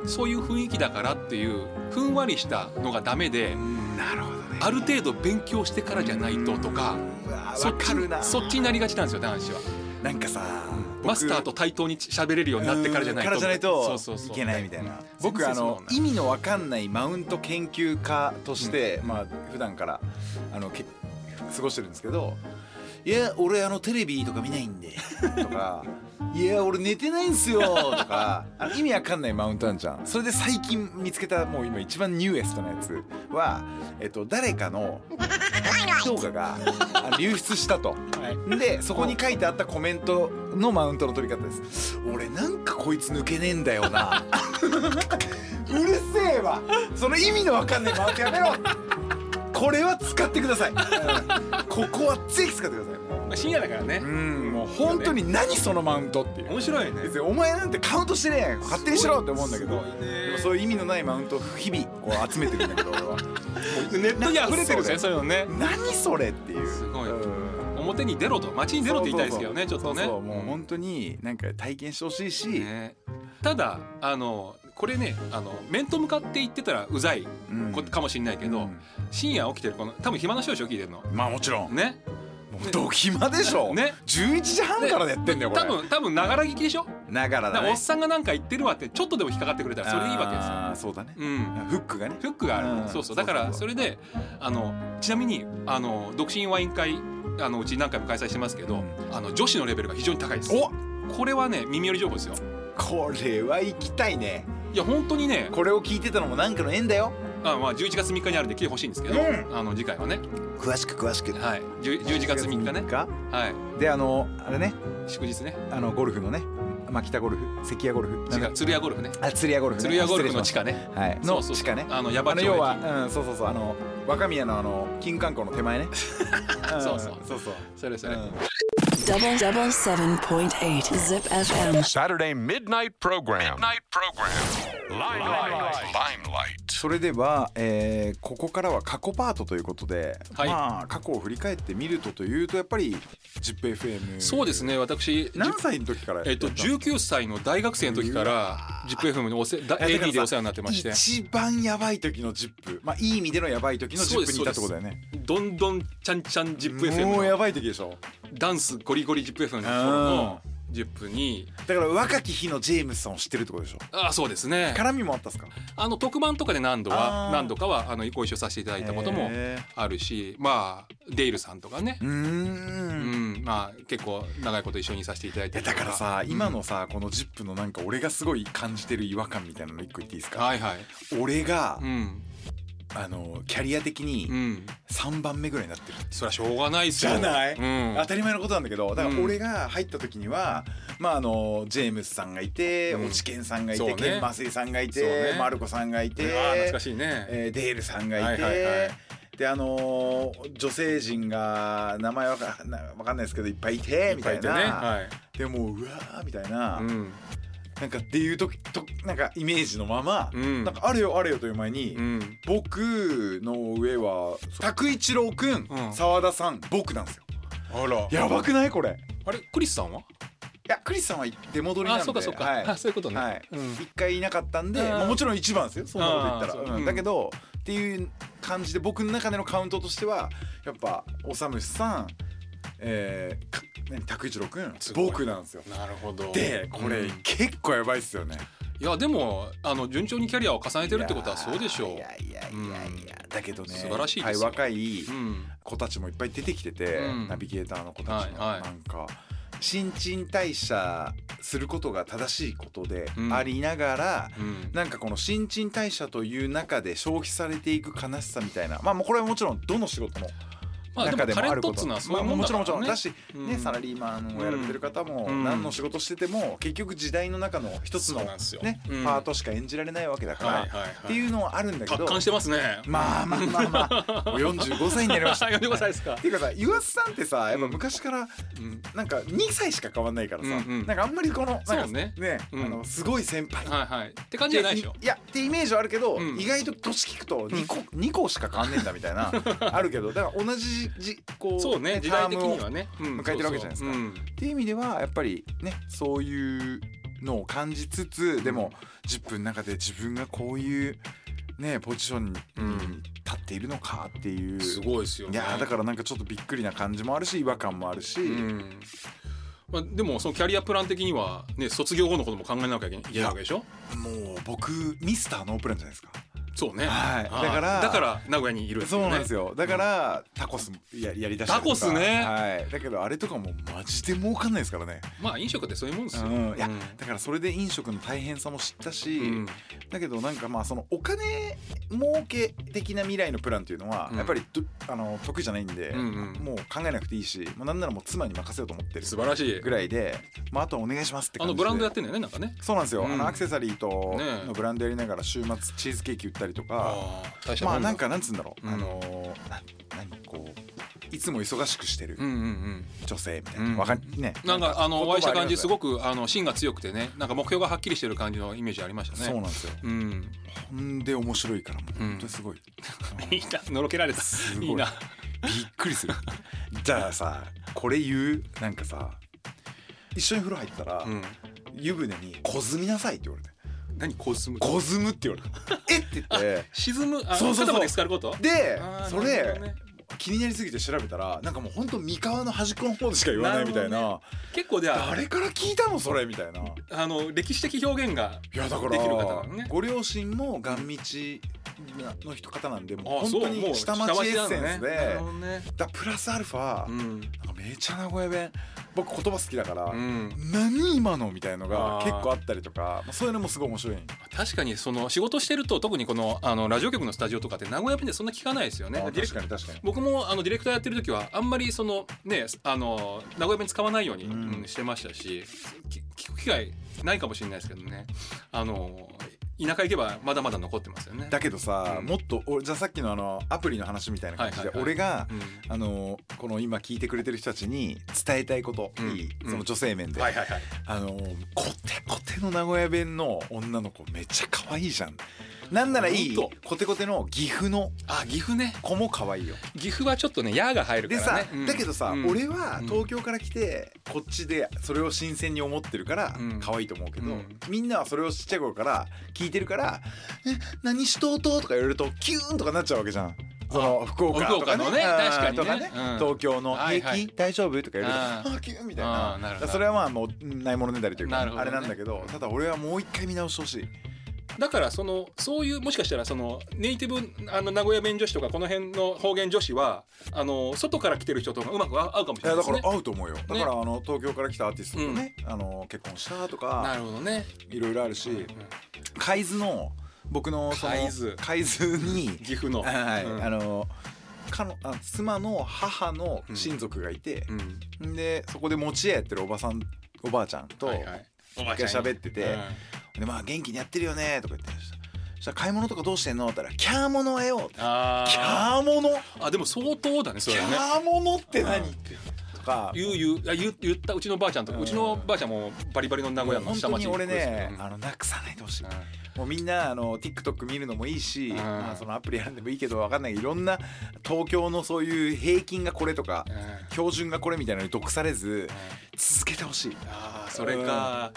Speaker 4: そういう雰囲気だからっていうふんわりしたのがダメで
Speaker 3: なるほどね
Speaker 4: ある程度勉強してからじゃないととか
Speaker 3: うわ
Speaker 4: そ
Speaker 3: わ
Speaker 4: っち
Speaker 3: かるな
Speaker 4: そっちになりがちなんですよ男子は
Speaker 3: なんかさ僕
Speaker 4: マスターと対等に喋れるようになってからじゃないと
Speaker 3: うんからじゃないと
Speaker 4: そうそうそう
Speaker 3: いけないみたい
Speaker 4: う
Speaker 3: な
Speaker 4: ん
Speaker 3: 僕あ
Speaker 4: 全然
Speaker 3: の
Speaker 4: そう
Speaker 3: 意味のわかんないマウント研究家として、まあ普段からあのけ過ごしてるんですけど「いや俺あのテレビとか見ないんで」と か「いや俺寝てないんすよ」とかあの意味わかんないマウントあんじゃんそれで最近見つけたもう今一番ニューエストなやつは、えっと、誰かの動画 があの流出したと。でそこに書いてあったコメントのマウントの取り方です俺なんかこいつ抜けねえんだよ なうるせえわその意味のわかんないマウントやめろこれは使ってください、うんここはぜひ使ってください
Speaker 4: まあ深夜だからね
Speaker 3: うん
Speaker 4: も
Speaker 3: も
Speaker 4: う
Speaker 3: 本当に何そのマウントっていう
Speaker 4: 面白いね
Speaker 3: 別にお前なんてカウントしてねえ勝手にしろって思うんだけど
Speaker 4: すごい
Speaker 3: で
Speaker 4: ね
Speaker 3: もそういう意味のないマウントを日々こう集めてるんだけど俺は
Speaker 4: ネットに溢れてるねそういうのね
Speaker 3: 何それっていう
Speaker 4: すごい
Speaker 3: うん
Speaker 4: 表に出ろと街に出ろって言いたいですけどねち
Speaker 3: そ
Speaker 4: ょ
Speaker 3: う
Speaker 4: っ
Speaker 3: そ
Speaker 4: と
Speaker 3: う
Speaker 4: ね
Speaker 3: そうそうもう本当になんか体験してほしいし、
Speaker 4: ねただあのこれねあの面と向かって言ってたらうざい
Speaker 3: うん
Speaker 4: こかもしれないけど、
Speaker 3: うん
Speaker 4: 深夜起きてるこの多分暇な人でしょ聞いてるの
Speaker 3: まあもちろん
Speaker 4: ね
Speaker 3: もうド暇でしょ、
Speaker 4: ね
Speaker 3: 11時半からでやってんだよこれ
Speaker 4: 多分多分ながら聞きでしょ
Speaker 3: だか
Speaker 4: だ
Speaker 3: ら
Speaker 4: か
Speaker 3: だ
Speaker 4: らお
Speaker 3: ね
Speaker 4: っさんがなんか言ってるわってちょっとでも引っかかってくれたらそれでいいわけですよ
Speaker 3: あーそうだね、
Speaker 4: うん
Speaker 3: フックがね
Speaker 4: フックがある、
Speaker 3: うん
Speaker 4: そうそうだから
Speaker 3: そ
Speaker 4: そう
Speaker 3: そうそう
Speaker 4: れであのちなみにあの独身ワイン会あのうち何回も開催してますけど、
Speaker 3: うん
Speaker 4: あの女子のレベルが非常に高いです
Speaker 3: お
Speaker 4: これはね耳寄り情報ですよ
Speaker 3: これは行きたいね
Speaker 4: いや本当にね
Speaker 3: これを聞いてたのもなんかの縁だよ
Speaker 4: あ、まあ、11月3日にあるんで来てほしいんですけど、
Speaker 3: うん
Speaker 4: あの次回はね、
Speaker 5: 詳しく詳しく
Speaker 4: はい、10 11月3日ね
Speaker 3: か
Speaker 4: はい
Speaker 3: であのあれね
Speaker 4: 祝日ね
Speaker 3: あのゴルフのねまあ北ゴルフ関谷ゴルフ
Speaker 4: 違
Speaker 3: なんだ
Speaker 4: う鶴屋ゴルフね
Speaker 3: あ釣り屋ゴルフね
Speaker 4: 鶴屋ゴルフの
Speaker 3: あ
Speaker 4: 地
Speaker 3: 失礼し
Speaker 4: 下ね
Speaker 3: ましたはい
Speaker 4: そ
Speaker 3: の
Speaker 4: うそうそう
Speaker 3: 地下ね
Speaker 4: あの矢
Speaker 3: あ
Speaker 4: 場
Speaker 3: の
Speaker 4: 町駅
Speaker 3: 要はうんそうそうそうあの若宮のあの金管庫の手前ねん
Speaker 4: そう そう
Speaker 3: そうそう
Speaker 4: それそれ、
Speaker 3: うん
Speaker 1: Double double seven point eight Zip FM.
Speaker 2: Saturday midnight program. Midnight program. Limelight. Limelight.
Speaker 3: それでは、えーここからは過去パートということで、
Speaker 4: はい
Speaker 3: まあ過去を振り返ってみるとというとやっぱり ZIPFM
Speaker 4: そうですね私
Speaker 3: 何歳の時から
Speaker 4: えっと、19歳の大学生の時から ZIPFM のおせだ
Speaker 3: いやだから
Speaker 4: AD でお世話になってまして
Speaker 3: 一番やばい時の ZIP まあいい意味でのやばい時の
Speaker 4: そうで
Speaker 3: ZIP
Speaker 4: す
Speaker 3: にいたってことだよね
Speaker 4: どんどんちゃんちゃん
Speaker 3: もう
Speaker 4: ZIPFM
Speaker 3: や
Speaker 4: の
Speaker 3: ばい時でしょ
Speaker 4: ダンスゴリゴリ ZIPFM の頃の ZIP に
Speaker 3: だから若き日のジェームスさんを知ってるってことでしょ
Speaker 4: あそうですね
Speaker 3: 絡みもあったっすか
Speaker 4: あの特番とかで何度は
Speaker 3: あー
Speaker 4: 何度かはあのご一緒させていただいたことも
Speaker 3: へ
Speaker 4: あるしまあデイルさんとかね
Speaker 3: うー
Speaker 4: うんんまあ結構長いこと一緒にさせていただい
Speaker 3: い
Speaker 4: て
Speaker 3: や
Speaker 4: ると
Speaker 3: だからさ今のさこの ZIP のなんか俺がすごい感じてる違和感みたいなの一個言っていいですか
Speaker 4: はいはい
Speaker 3: 俺が
Speaker 4: うん
Speaker 3: あのキャリア的に
Speaker 4: うん
Speaker 3: 3番目ぐらいになってる
Speaker 4: そりゃしょうがないっす
Speaker 3: じ
Speaker 4: よ
Speaker 3: ゃない、
Speaker 4: うん
Speaker 3: 当たり前のことなんだけどだか
Speaker 4: う
Speaker 3: ら
Speaker 4: ん
Speaker 3: 俺が入った時には、まああのジェームスさんがいて、
Speaker 4: うん
Speaker 3: おちけんさんがいて、
Speaker 4: そうね
Speaker 3: ケンマスイさんがいて、
Speaker 4: そうね
Speaker 3: マルコさんがいて、
Speaker 4: あー懐かしいね
Speaker 3: えーデールさんがいて、
Speaker 4: はいはいはい
Speaker 3: であのー女性陣が名前わかなわかんないですけどいっぱいいてみたいな
Speaker 4: ねはい
Speaker 3: でもううわーみたいな、
Speaker 4: うん
Speaker 3: なんかっていうととなんかイメージのまま、
Speaker 4: うん
Speaker 3: なんかあれよあれよという前に、
Speaker 4: うん
Speaker 3: 僕の上は拓一郎くん
Speaker 4: うん
Speaker 3: 澤田さん僕なんですよ。
Speaker 4: あら
Speaker 3: やばくないこれ
Speaker 4: あれクリスさんはい
Speaker 3: やクリスさんは出戻りなん
Speaker 4: あ
Speaker 3: で
Speaker 4: そうかそうか、
Speaker 3: はい
Speaker 4: あそういうことね、
Speaker 3: はい
Speaker 4: うん
Speaker 3: 一回いなかったんで、
Speaker 4: うん
Speaker 3: まあもちろん一番ですよそんなこと言った
Speaker 4: あーそう
Speaker 3: ら、うん
Speaker 4: うん
Speaker 3: だけどっていう感じで僕の中でのカウントとしてはやっぱおさむしさんえーか何拓一郎くん
Speaker 4: すごい
Speaker 3: 僕なんですよ
Speaker 4: なるほど
Speaker 3: でこれ、
Speaker 4: うんい
Speaker 3: 結構やばいっすよね
Speaker 4: やでもあの順調にキャリアを重ねてるってことはそうでしょう
Speaker 3: いやいやいやいやいや、だけどね
Speaker 4: 素晴らしいですよ
Speaker 3: っぱ若い
Speaker 4: うん
Speaker 3: 子たちもいっぱい出てきてて、
Speaker 4: うん
Speaker 3: ナビゲーターの子たちも、
Speaker 4: はいはい
Speaker 3: なんか新陳代謝することが正しいことで
Speaker 4: うん
Speaker 3: ありながら、
Speaker 4: うん
Speaker 3: なんかこの新陳代謝という中で消費されていく悲しさみたいなまあもうこれはもちろんどの仕事も
Speaker 4: まあで
Speaker 3: 中
Speaker 4: も
Speaker 3: で
Speaker 4: タ
Speaker 3: も
Speaker 4: レ
Speaker 3: あ
Speaker 4: ン
Speaker 3: る
Speaker 4: ト
Speaker 3: こ
Speaker 4: っつ
Speaker 3: と
Speaker 4: うのはそういう
Speaker 3: まあ
Speaker 4: もん
Speaker 3: も
Speaker 4: だ
Speaker 3: ち
Speaker 4: から、
Speaker 3: ろん
Speaker 4: ね
Speaker 3: もちろんだし、ね
Speaker 4: うん
Speaker 3: サラリーマンをやられてる方も
Speaker 4: うん
Speaker 3: 何の仕事してても結局時代の中の一つの
Speaker 4: そうなんですよ
Speaker 3: ね
Speaker 4: うん
Speaker 3: パートしか演じられないわけだから
Speaker 4: はいはいはい
Speaker 3: っていうのはあるんだけ
Speaker 4: 達
Speaker 3: ど
Speaker 4: 観してますね
Speaker 3: まあまあまあまあもう45歳にな りました
Speaker 4: あやめてくださいですか
Speaker 3: っていうかさ岩瀬さんってさやっぱ昔から
Speaker 4: うん
Speaker 3: なんか2歳しか変わんないからさ、
Speaker 4: うんうん
Speaker 3: なんかあんまりこのなんか
Speaker 4: そうねうん
Speaker 3: あのすごい先輩
Speaker 4: はいはいって感じじゃないでしょ
Speaker 3: いやってイメージはあるけど、
Speaker 4: うん
Speaker 3: 意外と年聞くと2個二個しか変わんねえんだみたいな あるけどだから同じじこう
Speaker 4: そうね時代的にはね
Speaker 3: 迎えてるわけじゃないですか
Speaker 4: うん
Speaker 3: っていう意味ではやっぱりねそういうのを感じつつでも10分の中で自分がこういうねポジションに
Speaker 4: うん
Speaker 3: 立っているのかっていう、
Speaker 4: すごいですよね
Speaker 3: いやーだからなんかちょっとびっくりな感じもあるし違和感もあるし、
Speaker 4: うんまあ、でもそのキャリアプラン的には、ね、卒業後のことも考えなきゃいけないわけでしょ
Speaker 3: もう僕ミスターノープランじゃないですか。
Speaker 4: そうね、
Speaker 3: はい
Speaker 4: あー
Speaker 3: だから
Speaker 4: だから名古屋にいるってい
Speaker 3: そうなんです
Speaker 4: よ
Speaker 3: よだから、タコスややりだした
Speaker 4: タ
Speaker 3: りとか
Speaker 4: コスね
Speaker 3: はい、だけどあれとかもうマジで儲かんないですからね、
Speaker 4: ねまあ飲食ってそういうもんですよ、
Speaker 3: うん、いや
Speaker 4: うん
Speaker 3: だからそれで飲食の大変さも知ったし、
Speaker 4: うん
Speaker 3: だけどなんかまあそのお金儲け的な未来のプランっていうのは
Speaker 4: うん
Speaker 3: やっぱりど、あの得意じゃないんで、
Speaker 4: うんうん
Speaker 3: もう考えなくていいし、まあ、なんならもう妻に任せようと思ってる
Speaker 4: 素晴らしい
Speaker 3: ぐらいで、まあ、あとはお願いしますって
Speaker 4: あ
Speaker 3: 感じ
Speaker 4: の
Speaker 3: で
Speaker 4: ブランドやってんだよねなんかね
Speaker 3: そうなんですよ、
Speaker 4: うん
Speaker 3: あのアクセサリーと
Speaker 4: ねえ
Speaker 3: のブランドやりながら週末チーズケーキ売ったったりとか
Speaker 4: あー大した
Speaker 3: ま
Speaker 4: も
Speaker 3: あ
Speaker 4: んだ
Speaker 3: なんかなんつうんだろう、
Speaker 4: うん
Speaker 3: あのーな何こういつも忙しくしてる
Speaker 4: うんうん
Speaker 3: 女性みたい
Speaker 4: う
Speaker 3: な、
Speaker 4: ん
Speaker 3: わかんね
Speaker 4: うんなんかあのお会いした感じす
Speaker 3: く
Speaker 4: ごくあの芯が強くてねなんか目標がはっきりしてる感じのイメージありましたね
Speaker 3: そうなんですよ
Speaker 4: うん
Speaker 3: ほんで面白いからもう
Speaker 4: うん
Speaker 3: 本当にすごい、
Speaker 4: いいなのろけられた
Speaker 3: すごい
Speaker 4: いいな
Speaker 3: びっくりする じゃあさこれ言うなんかさ一緒に風呂入ったら、
Speaker 4: うん
Speaker 3: 湯船に「こずみなさい」って言われて
Speaker 4: 何こう進む
Speaker 3: 「こずむ」って言われて「えっ?」て言って
Speaker 4: 沈むあ
Speaker 3: そうそうそう
Speaker 4: 肩まで浸かる こと
Speaker 3: で
Speaker 4: あー
Speaker 3: そ
Speaker 4: なる
Speaker 3: れ、
Speaker 4: ほどね
Speaker 3: 気になりすぎて調べたらなんかもうほんと三河の端っこの方でしか言わないみたいな
Speaker 4: なる結構では
Speaker 3: 誰から聞いたのそれみたいない
Speaker 4: あの歴史的表現が
Speaker 3: やだから
Speaker 4: できる方なのね
Speaker 3: ご両親もガン道の人方なんでもう
Speaker 4: あ
Speaker 3: 本
Speaker 4: そう
Speaker 3: 当に下町エッセンスで、
Speaker 4: なるほどね
Speaker 3: だプラスアルファ、
Speaker 4: うん
Speaker 3: なんかめちゃ名古屋弁僕言葉好きだから、
Speaker 4: うん
Speaker 3: 何今のみたいのが
Speaker 4: あー
Speaker 3: 結構あったりとかまあそういうのもすごい面白い
Speaker 4: 確かにその仕事してると特にこのあのラジオ局のスタジオとかって名古屋弁でそんな聞かないですよね
Speaker 3: あー
Speaker 4: ディレ
Speaker 3: 確かに確かに
Speaker 4: 僕もあのディレクターやってる時はあんまりそのねあの名古屋弁使わないように、
Speaker 3: うん
Speaker 4: うんしてましたしき聞く機会ないかもしれないですけどねあの田舎行けばまだまだ残ってますよね。
Speaker 3: だけどさ、
Speaker 4: うん
Speaker 3: もっとおじゃあさっきのあのアプリの話みたいな感じで、
Speaker 4: はいはいはい
Speaker 3: 俺が
Speaker 4: う、ん
Speaker 3: あのこの今聞いてくれてる人たちに伝えたいこと、
Speaker 4: うん
Speaker 3: いい
Speaker 4: うん
Speaker 3: その女性面で、
Speaker 4: はいはいはい、
Speaker 3: あのコテコテの名古屋弁の女の子めっちゃ可愛いじゃん。なんならいい
Speaker 4: ほん
Speaker 3: コテコテの岐阜の
Speaker 4: あ岐阜ね
Speaker 3: 子も可愛いよ。
Speaker 4: 岐阜はちょっとね「や」が入るか
Speaker 3: で
Speaker 4: ら
Speaker 3: さ
Speaker 4: ね。、うん
Speaker 3: だけどさ、
Speaker 4: うん
Speaker 3: 俺は
Speaker 4: うん
Speaker 3: 東京から来てこっちでそれを新鮮に思ってるから
Speaker 4: うん
Speaker 3: 可愛いと思うけど、
Speaker 4: うん
Speaker 3: みんなはそれをちっちゃい頃から聞いてるから「え何しとうと?」とか言われるとキューンとかなっちゃうわけじゃん。その福岡とか
Speaker 4: 福岡
Speaker 3: ね
Speaker 4: のね
Speaker 3: あー
Speaker 4: 確かにね
Speaker 3: とかね、
Speaker 4: うん
Speaker 3: 東京の平
Speaker 4: はい
Speaker 3: 均、
Speaker 4: はい
Speaker 3: 大丈夫とか言われる
Speaker 4: あ
Speaker 3: と
Speaker 4: ー
Speaker 3: あーキューンみたい
Speaker 4: あ
Speaker 3: な
Speaker 4: ーなるほど
Speaker 3: だからそれはまあもうないものねだりというか、
Speaker 4: なるほ
Speaker 3: あ
Speaker 4: ど
Speaker 3: れ
Speaker 4: ね
Speaker 3: なんだけどただ俺はもう一回見直してほしい。
Speaker 4: だからそのそういうもしかしたらそのネイティブあの名古屋弁女子とかこの辺の方言女子はあの外から来てる人とかうまく合うかもし
Speaker 3: い
Speaker 4: れな
Speaker 3: や
Speaker 4: い
Speaker 3: だ
Speaker 4: です
Speaker 3: から
Speaker 4: ね。
Speaker 3: 合うと思うよ、だからあの東京から来たアーティストとね、あの結婚したとか
Speaker 4: なるほどね。
Speaker 3: いろいろあるし、海津の僕のその
Speaker 4: 海津
Speaker 3: 海津に
Speaker 4: 岐阜の。
Speaker 3: はい、
Speaker 4: うん
Speaker 3: あのかのあ妻の母の親族がいて、
Speaker 4: うん
Speaker 3: でそこで餅屋やってるおばさんおばあちゃんと
Speaker 4: はいはいおばあ
Speaker 3: 一
Speaker 4: ちゃ
Speaker 3: 回
Speaker 4: ん
Speaker 3: 喋ってて、でまあ元気にやってるよねとか言ってそしたら買い物とかどうしてんの?」って言ったら「キャーものえよ」
Speaker 4: あ
Speaker 3: キ
Speaker 4: ー
Speaker 3: ャーもの
Speaker 4: あでも相当だねそ
Speaker 3: キ
Speaker 4: れはね
Speaker 3: ャーものって何?」
Speaker 4: う
Speaker 3: ってとか
Speaker 4: 言う言うあ言う言ったうちのばあちゃんとか
Speaker 3: うん
Speaker 4: うちのばあちゃんもバリバリの名古屋の
Speaker 3: 本
Speaker 4: 下
Speaker 3: 当
Speaker 4: 町
Speaker 3: に俺ね
Speaker 4: うん
Speaker 3: あのなくさないでほしい
Speaker 4: うん
Speaker 3: もうみんなあの TikTok 見るのもいいし、
Speaker 4: うん
Speaker 3: まあ、そのアプリやるんでもいいけどわかんないけどいろんな東京のそういう平均がこれとか
Speaker 4: うん
Speaker 3: 標準がこれみたいなのに毒されず続けてほしい。
Speaker 4: あーそれか、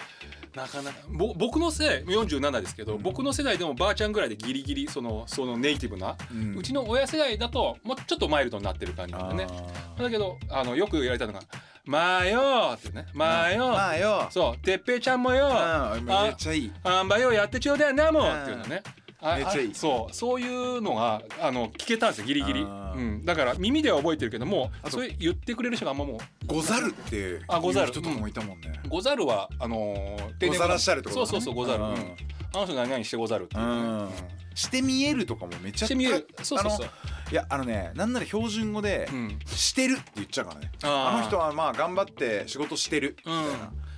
Speaker 4: なかなかぼ僕の世代47ですけど、僕の世代でもばあちゃんぐらいでギリギリそのそのネイティブな、
Speaker 3: う
Speaker 4: うんちの親世代だともうちょっとマイルドになってる感じなんだよね
Speaker 3: あ
Speaker 4: だけどあのよく言われたのが「まあよー」ってね「まあよー」
Speaker 3: まあよ、
Speaker 4: そう「てっぺいちゃんもよー」
Speaker 3: うん、めっちゃいい。
Speaker 4: あんばよやってちょうだよなも
Speaker 3: うん
Speaker 4: んっていうのね。あ
Speaker 3: めっちゃいい
Speaker 4: あそうそういうのがあの聞けたんですよギリギリ、う
Speaker 3: あー
Speaker 4: ん、だから耳では覚えてるけども
Speaker 3: あと
Speaker 4: それ言ってくれる人があんまもう
Speaker 3: ござるっていう
Speaker 4: あござる
Speaker 3: 人とかもいたもんね。
Speaker 4: ござるはあのー定年
Speaker 3: ござ
Speaker 4: から
Speaker 3: したるってこと
Speaker 4: そうそうそうござる、
Speaker 3: う
Speaker 4: うんん、あの人何々してござるっていうね、
Speaker 3: うん
Speaker 4: うん
Speaker 3: して見えるとかもめっちゃ
Speaker 4: して見えるそうそうそう
Speaker 3: あのいやあのねなんなら標準語で、
Speaker 4: うん
Speaker 3: してるって言っちゃうからね
Speaker 4: あ
Speaker 3: あ
Speaker 4: ー
Speaker 3: の人はまあ頑張って仕事してるみたいな、
Speaker 4: う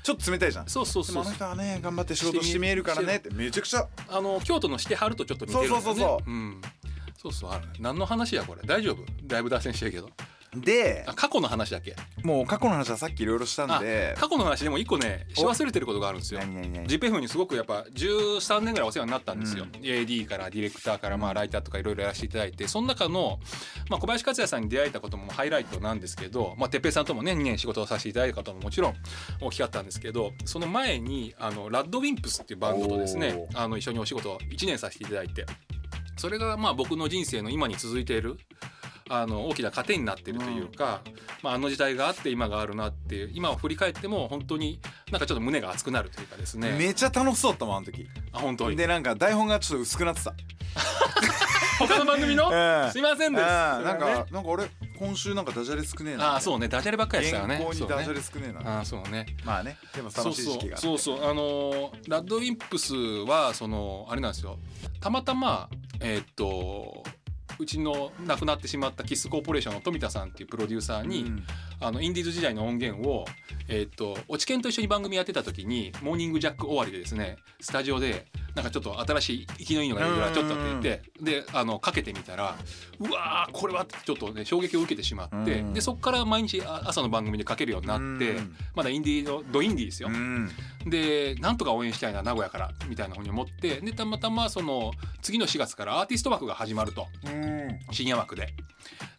Speaker 3: ちょっと冷たいじゃん
Speaker 4: そうそう
Speaker 3: で
Speaker 4: そ
Speaker 3: も
Speaker 4: う
Speaker 3: あの人はね頑張って仕事して見えるからねってめちゃくちゃ
Speaker 4: あの京都のしてはるとちょっと似てるんだよね
Speaker 3: そうそうそうそ
Speaker 4: んそうそうある何の話やこれ大丈夫だいぶ脱線してるけど
Speaker 3: で
Speaker 4: あ過去の話だっけ
Speaker 3: もう過去の話はさっきいろいろしたん
Speaker 4: あ
Speaker 3: で
Speaker 4: 過去の話でも一個ねし忘れてることがあるんですよ
Speaker 3: 何何何
Speaker 4: GPF にすごくやっぱ13年ぐらいお世話になったんですよ、AD からディレクターからまあライターとかいろいろやらせていただいてその中の、まあ、小林克也さんに出会えたこともハイライトなんですけど、まあ、哲平さんともね2年仕事をさせていただいたことももちろん大きかったんですけどその前にあのラッドウィンプスっていうバンドとですね
Speaker 3: お
Speaker 4: あの一緒にお仕事を1年させていただいてそれがまあ僕の人生の今に続いているあの大きな糧になってるというか、まあ、あの時代があって今があるなっていう今を振り返っても本当になんかちょっと胸が熱くなるというかですね
Speaker 3: めっちゃ楽しそうだったもんあの時
Speaker 4: あ本当に
Speaker 3: でなんか台本がちょっと薄くなってた
Speaker 4: 他の番組の、
Speaker 3: ええ
Speaker 4: すいませんです、
Speaker 3: うんなん
Speaker 4: ね
Speaker 3: かなんか俺今週なんかダジャレ少ねえな
Speaker 4: ああそうねダジャレばっかりでしたよ
Speaker 3: 原
Speaker 4: ね
Speaker 3: 稿にダ
Speaker 4: そ
Speaker 3: ジャ
Speaker 4: うね
Speaker 3: レ少ねえな
Speaker 4: ああそうね
Speaker 3: まあねでも
Speaker 4: そ
Speaker 3: 楽
Speaker 4: う
Speaker 3: しい時期があって
Speaker 4: そうそうそうあのーラッドウィンプスはそのあれなんですよたまたまえーっとうちの亡くなってしまったキスコーポレーションの富田さんっていうプロデューサーに、
Speaker 3: うん
Speaker 4: あのインディーズ時代の音源を、えーっとおちけんと一緒に番組やってた時にモーニングジャック終わりでですねスタジオでなんかちょっと新しい生きのいいのが出てるからちょっとって言ってであのかけてみたらうわーこれはってちょっとね衝撃を受けてしまって
Speaker 3: うん
Speaker 4: でそこから毎日あ朝の番組でかけるようになって
Speaker 3: うん
Speaker 4: まだインディーのドインディーですよ
Speaker 3: う。ん
Speaker 4: でなんとか応援したいな名古屋からみたいなふうに思ってでたまたまその次の4月からアーティスト枠が始まると深夜枠で。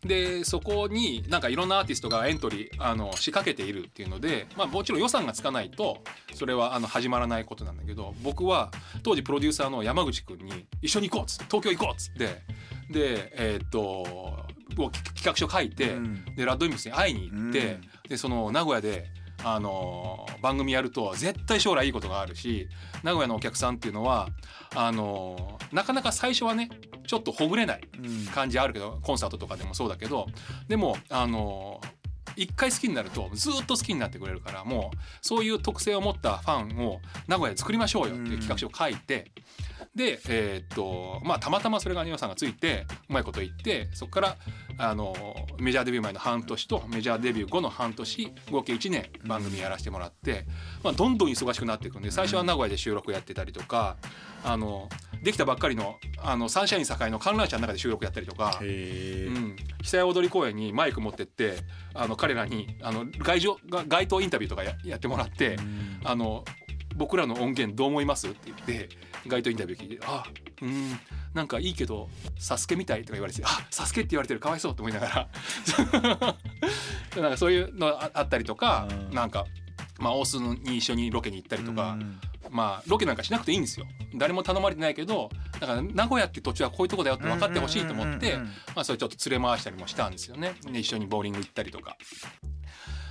Speaker 4: でそこになんかいろんなアーティストがエントリーあの仕掛けているっていうので、まあ、もちろん予算がつかないとそれはあの始まらないことなんだけど僕は当時プロデューサーの山口君に「一緒に行こう」っつって「東京行こう」っつってでえーっとを企企画書書いて、
Speaker 3: うん
Speaker 4: でラッドインプスに会いに行って、
Speaker 3: うん
Speaker 4: でその名古屋で。あの番組やると絶対将来いいことがあるし名古屋のお客さんっていうのはあのなかなか最初はねちょっとほぐれない
Speaker 3: うん
Speaker 4: 感じあるけどコンサートとかでもそうだけどでもあの一回好きになるとずっと好きになってくれるからもうそういう特性を持ったファンを名古屋で作りましょうよっていう企画書を書いてでえーっとまあたまたまそれがニオさんがついてうまいこと言ってそこからあのメジャーデビュー前の半年とメジャーデビュー後の半年合計1年番組やらせてもらって、まあ、どんどん忙しくなっていくんで最初は名古屋で収録やってたりとかあのできたばっかりのあのサンシャイン堺の観覧車の中で収録やったりとか。
Speaker 3: へ
Speaker 4: うん、久屋踊り公園にマイク持ってってあの彼らにあの外場が街頭インタビューとかややってもらって、あの僕らの音源どう思いますって言って街頭インタビュー聞いて「あうんなんかいいけどサスケみたい」とか言われて「あサスケって言われてるかわいそう」と思いながら なんかそういうのああったりとか、
Speaker 3: うん
Speaker 4: なんか、まあ、大須に一緒にロケに行ったりとか。まあロケなんかしなくていいんですよ誰も頼まれてないけどだから名古屋って土地はこういうとこだよって分かってほしいと思って
Speaker 3: うんうんうんうん
Speaker 4: まあそれちょっと連れ回したりもしたんですよねで一緒にボウリング行ったりとか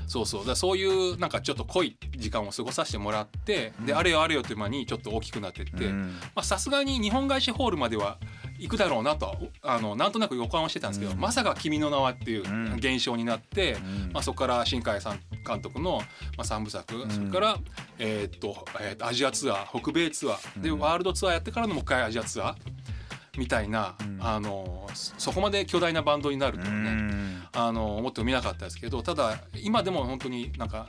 Speaker 4: そうそうだからそういうなんかちょっと濃い時間を過ごさせてもらってであれよあれよという間にちょっと大きくなってって
Speaker 3: うん
Speaker 4: まあさすがに日本返しホールまでは行くだろうなとはあのなんとなく予感はしてたんですけど、
Speaker 3: うん
Speaker 4: まさか「君の名は」ってい
Speaker 3: ん
Speaker 4: う現象になって、
Speaker 3: うん
Speaker 4: まあ、そこから新海さん監督の、まあ、3部作、
Speaker 3: ん
Speaker 4: それから、えーっとえーっとアジアツアー北米ツアーで、
Speaker 3: うん
Speaker 4: ワールドツアーやってからのもう一回アジアツアーみたいな、
Speaker 3: ん
Speaker 4: あのそそこまで巨大なバンドになるとはね、
Speaker 3: うん
Speaker 4: あの思ってもみなかったですけどただ今でも本当になんか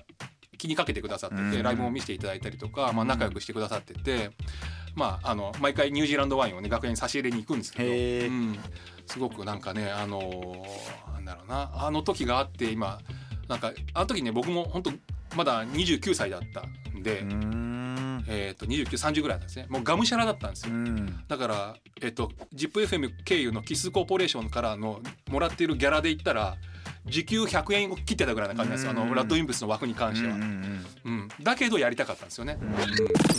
Speaker 4: 気にかけてくださってて、
Speaker 3: うん
Speaker 4: ライブも見せていただいたりとか、まあ、仲良くしてくださってて、まあ、あの毎回ニュージーランドワインをね楽屋に差し入れに行くんですけ
Speaker 3: へ
Speaker 4: ど、
Speaker 3: ー
Speaker 4: うん、すごくなんかねあのーなんだろうなあの時があって今なんかあの時ね僕も本当まだ29歳だったんで、
Speaker 3: うん
Speaker 4: えー、と2930ぐらいだったんですねもうがむしゃらだったんですよ。
Speaker 3: うん
Speaker 4: だから、えっと、ZIPFM 経由のキスコーポレーションからのもらっているギャラで言ったら時給100円を切ってたぐらいな感じなんですよあ
Speaker 3: うん
Speaker 4: のラッドインプスの枠に関しては、
Speaker 3: う
Speaker 4: うん
Speaker 3: ん
Speaker 4: だけどやりたかったんですよね、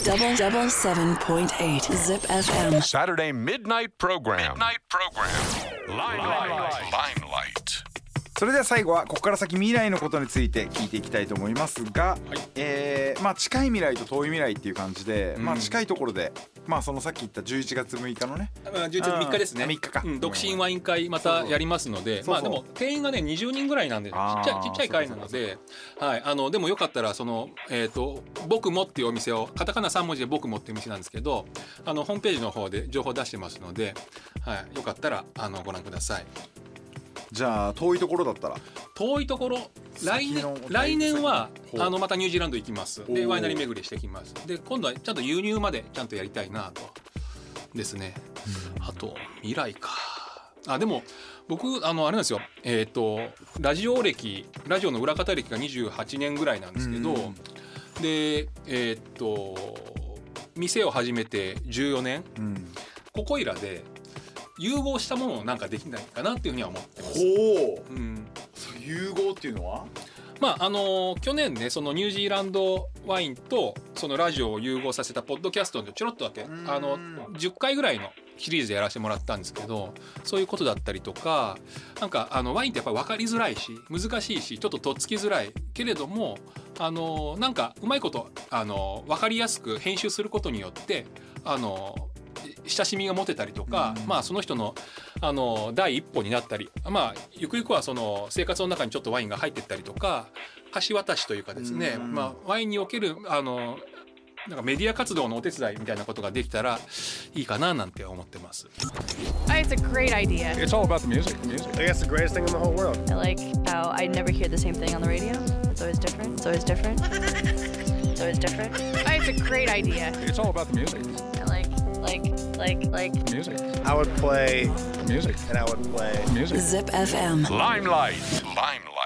Speaker 1: Double double seven point eight Zip FM.
Speaker 2: Saturday midnight program. Midnight program. Limelight. Limelight.
Speaker 3: それでは最後はここから先未来のことについて聞いていきたいと思いますが、えーまあ、近い未来と遠い未来っていう感じで、
Speaker 4: うん
Speaker 3: まあ、近いところで、まあ、そのさっき言った11月6日のね
Speaker 4: まあ、11月3日ですね
Speaker 3: あー3日か
Speaker 4: うん、独身ワイン会またやりますので
Speaker 3: そう
Speaker 4: ま
Speaker 3: そう
Speaker 4: あでも定員がね20人ぐらいなんでちっち
Speaker 3: あー
Speaker 4: ゃいちっちゃい会なのではい、あのでもよかったらその、えーと「僕も」っていうお店をカタカナ3文字で「僕も」っていうお店なんですけどあのホームページの方で情報出してますので、はい、よかったらあのご覧ください。
Speaker 3: じゃあ遠いところだったら
Speaker 4: 遠いところ来
Speaker 3: 先
Speaker 4: 年
Speaker 3: の
Speaker 4: 来年は
Speaker 3: ほう
Speaker 4: あのまたニュージーランド行きますで
Speaker 3: おー
Speaker 4: ワイナリー巡りしてきますで今度はちゃんと輸入までちゃんとやりたいなとですねあと未来かあでも僕あのあれなんですよえっ、とラジオ歴ラジオの裏方歴が28年ぐらいなんですけど、
Speaker 3: うん
Speaker 4: でえっ、と店を始めて14年
Speaker 3: うん
Speaker 4: ここいらで融合したものをなんかできないかなっていうふうには思ってます。
Speaker 3: ほう
Speaker 4: うん
Speaker 3: 融合っていうのは
Speaker 4: まああの去年ねそのニュージーランドワインとそのラジオを融合させたポッドキャストのちょろっとだけ
Speaker 3: ん
Speaker 4: あの10回ぐらいのシリーズでやらせてもらったんですけどそういうことだったりとかなんかあのワインってやっぱ分かりづらいし難しいしちょっととっつきづらいけれどもあのなんかうまいことあの分かりやすく編集することによってあの親しみが持てたりとか、まあ、その人のあの第一歩になったり、まあ、ゆくゆくはその生活の中にちょっとワインが入ってったりとか橋渡しというかですね、
Speaker 3: うん
Speaker 4: まあ、ワインにおけるあのなんかメディア活動のお手伝いみたいなことができたらいいかななんて思ってます。
Speaker 6: Oh, It's a great idea.
Speaker 7: It's all about the music. Music.
Speaker 8: I guess the greatest thing in the whole world.
Speaker 6: I like how I never hear the same thing on the radio. It's always different. It's always different. Oh, It's always different. It's a great idea.
Speaker 7: It's all about the music.
Speaker 6: I like like, like, like.
Speaker 9: Music.
Speaker 3: I would play,
Speaker 9: Music.
Speaker 3: and I would play.
Speaker 9: Music.
Speaker 1: Zip FM.
Speaker 2: Limelight. Limelight.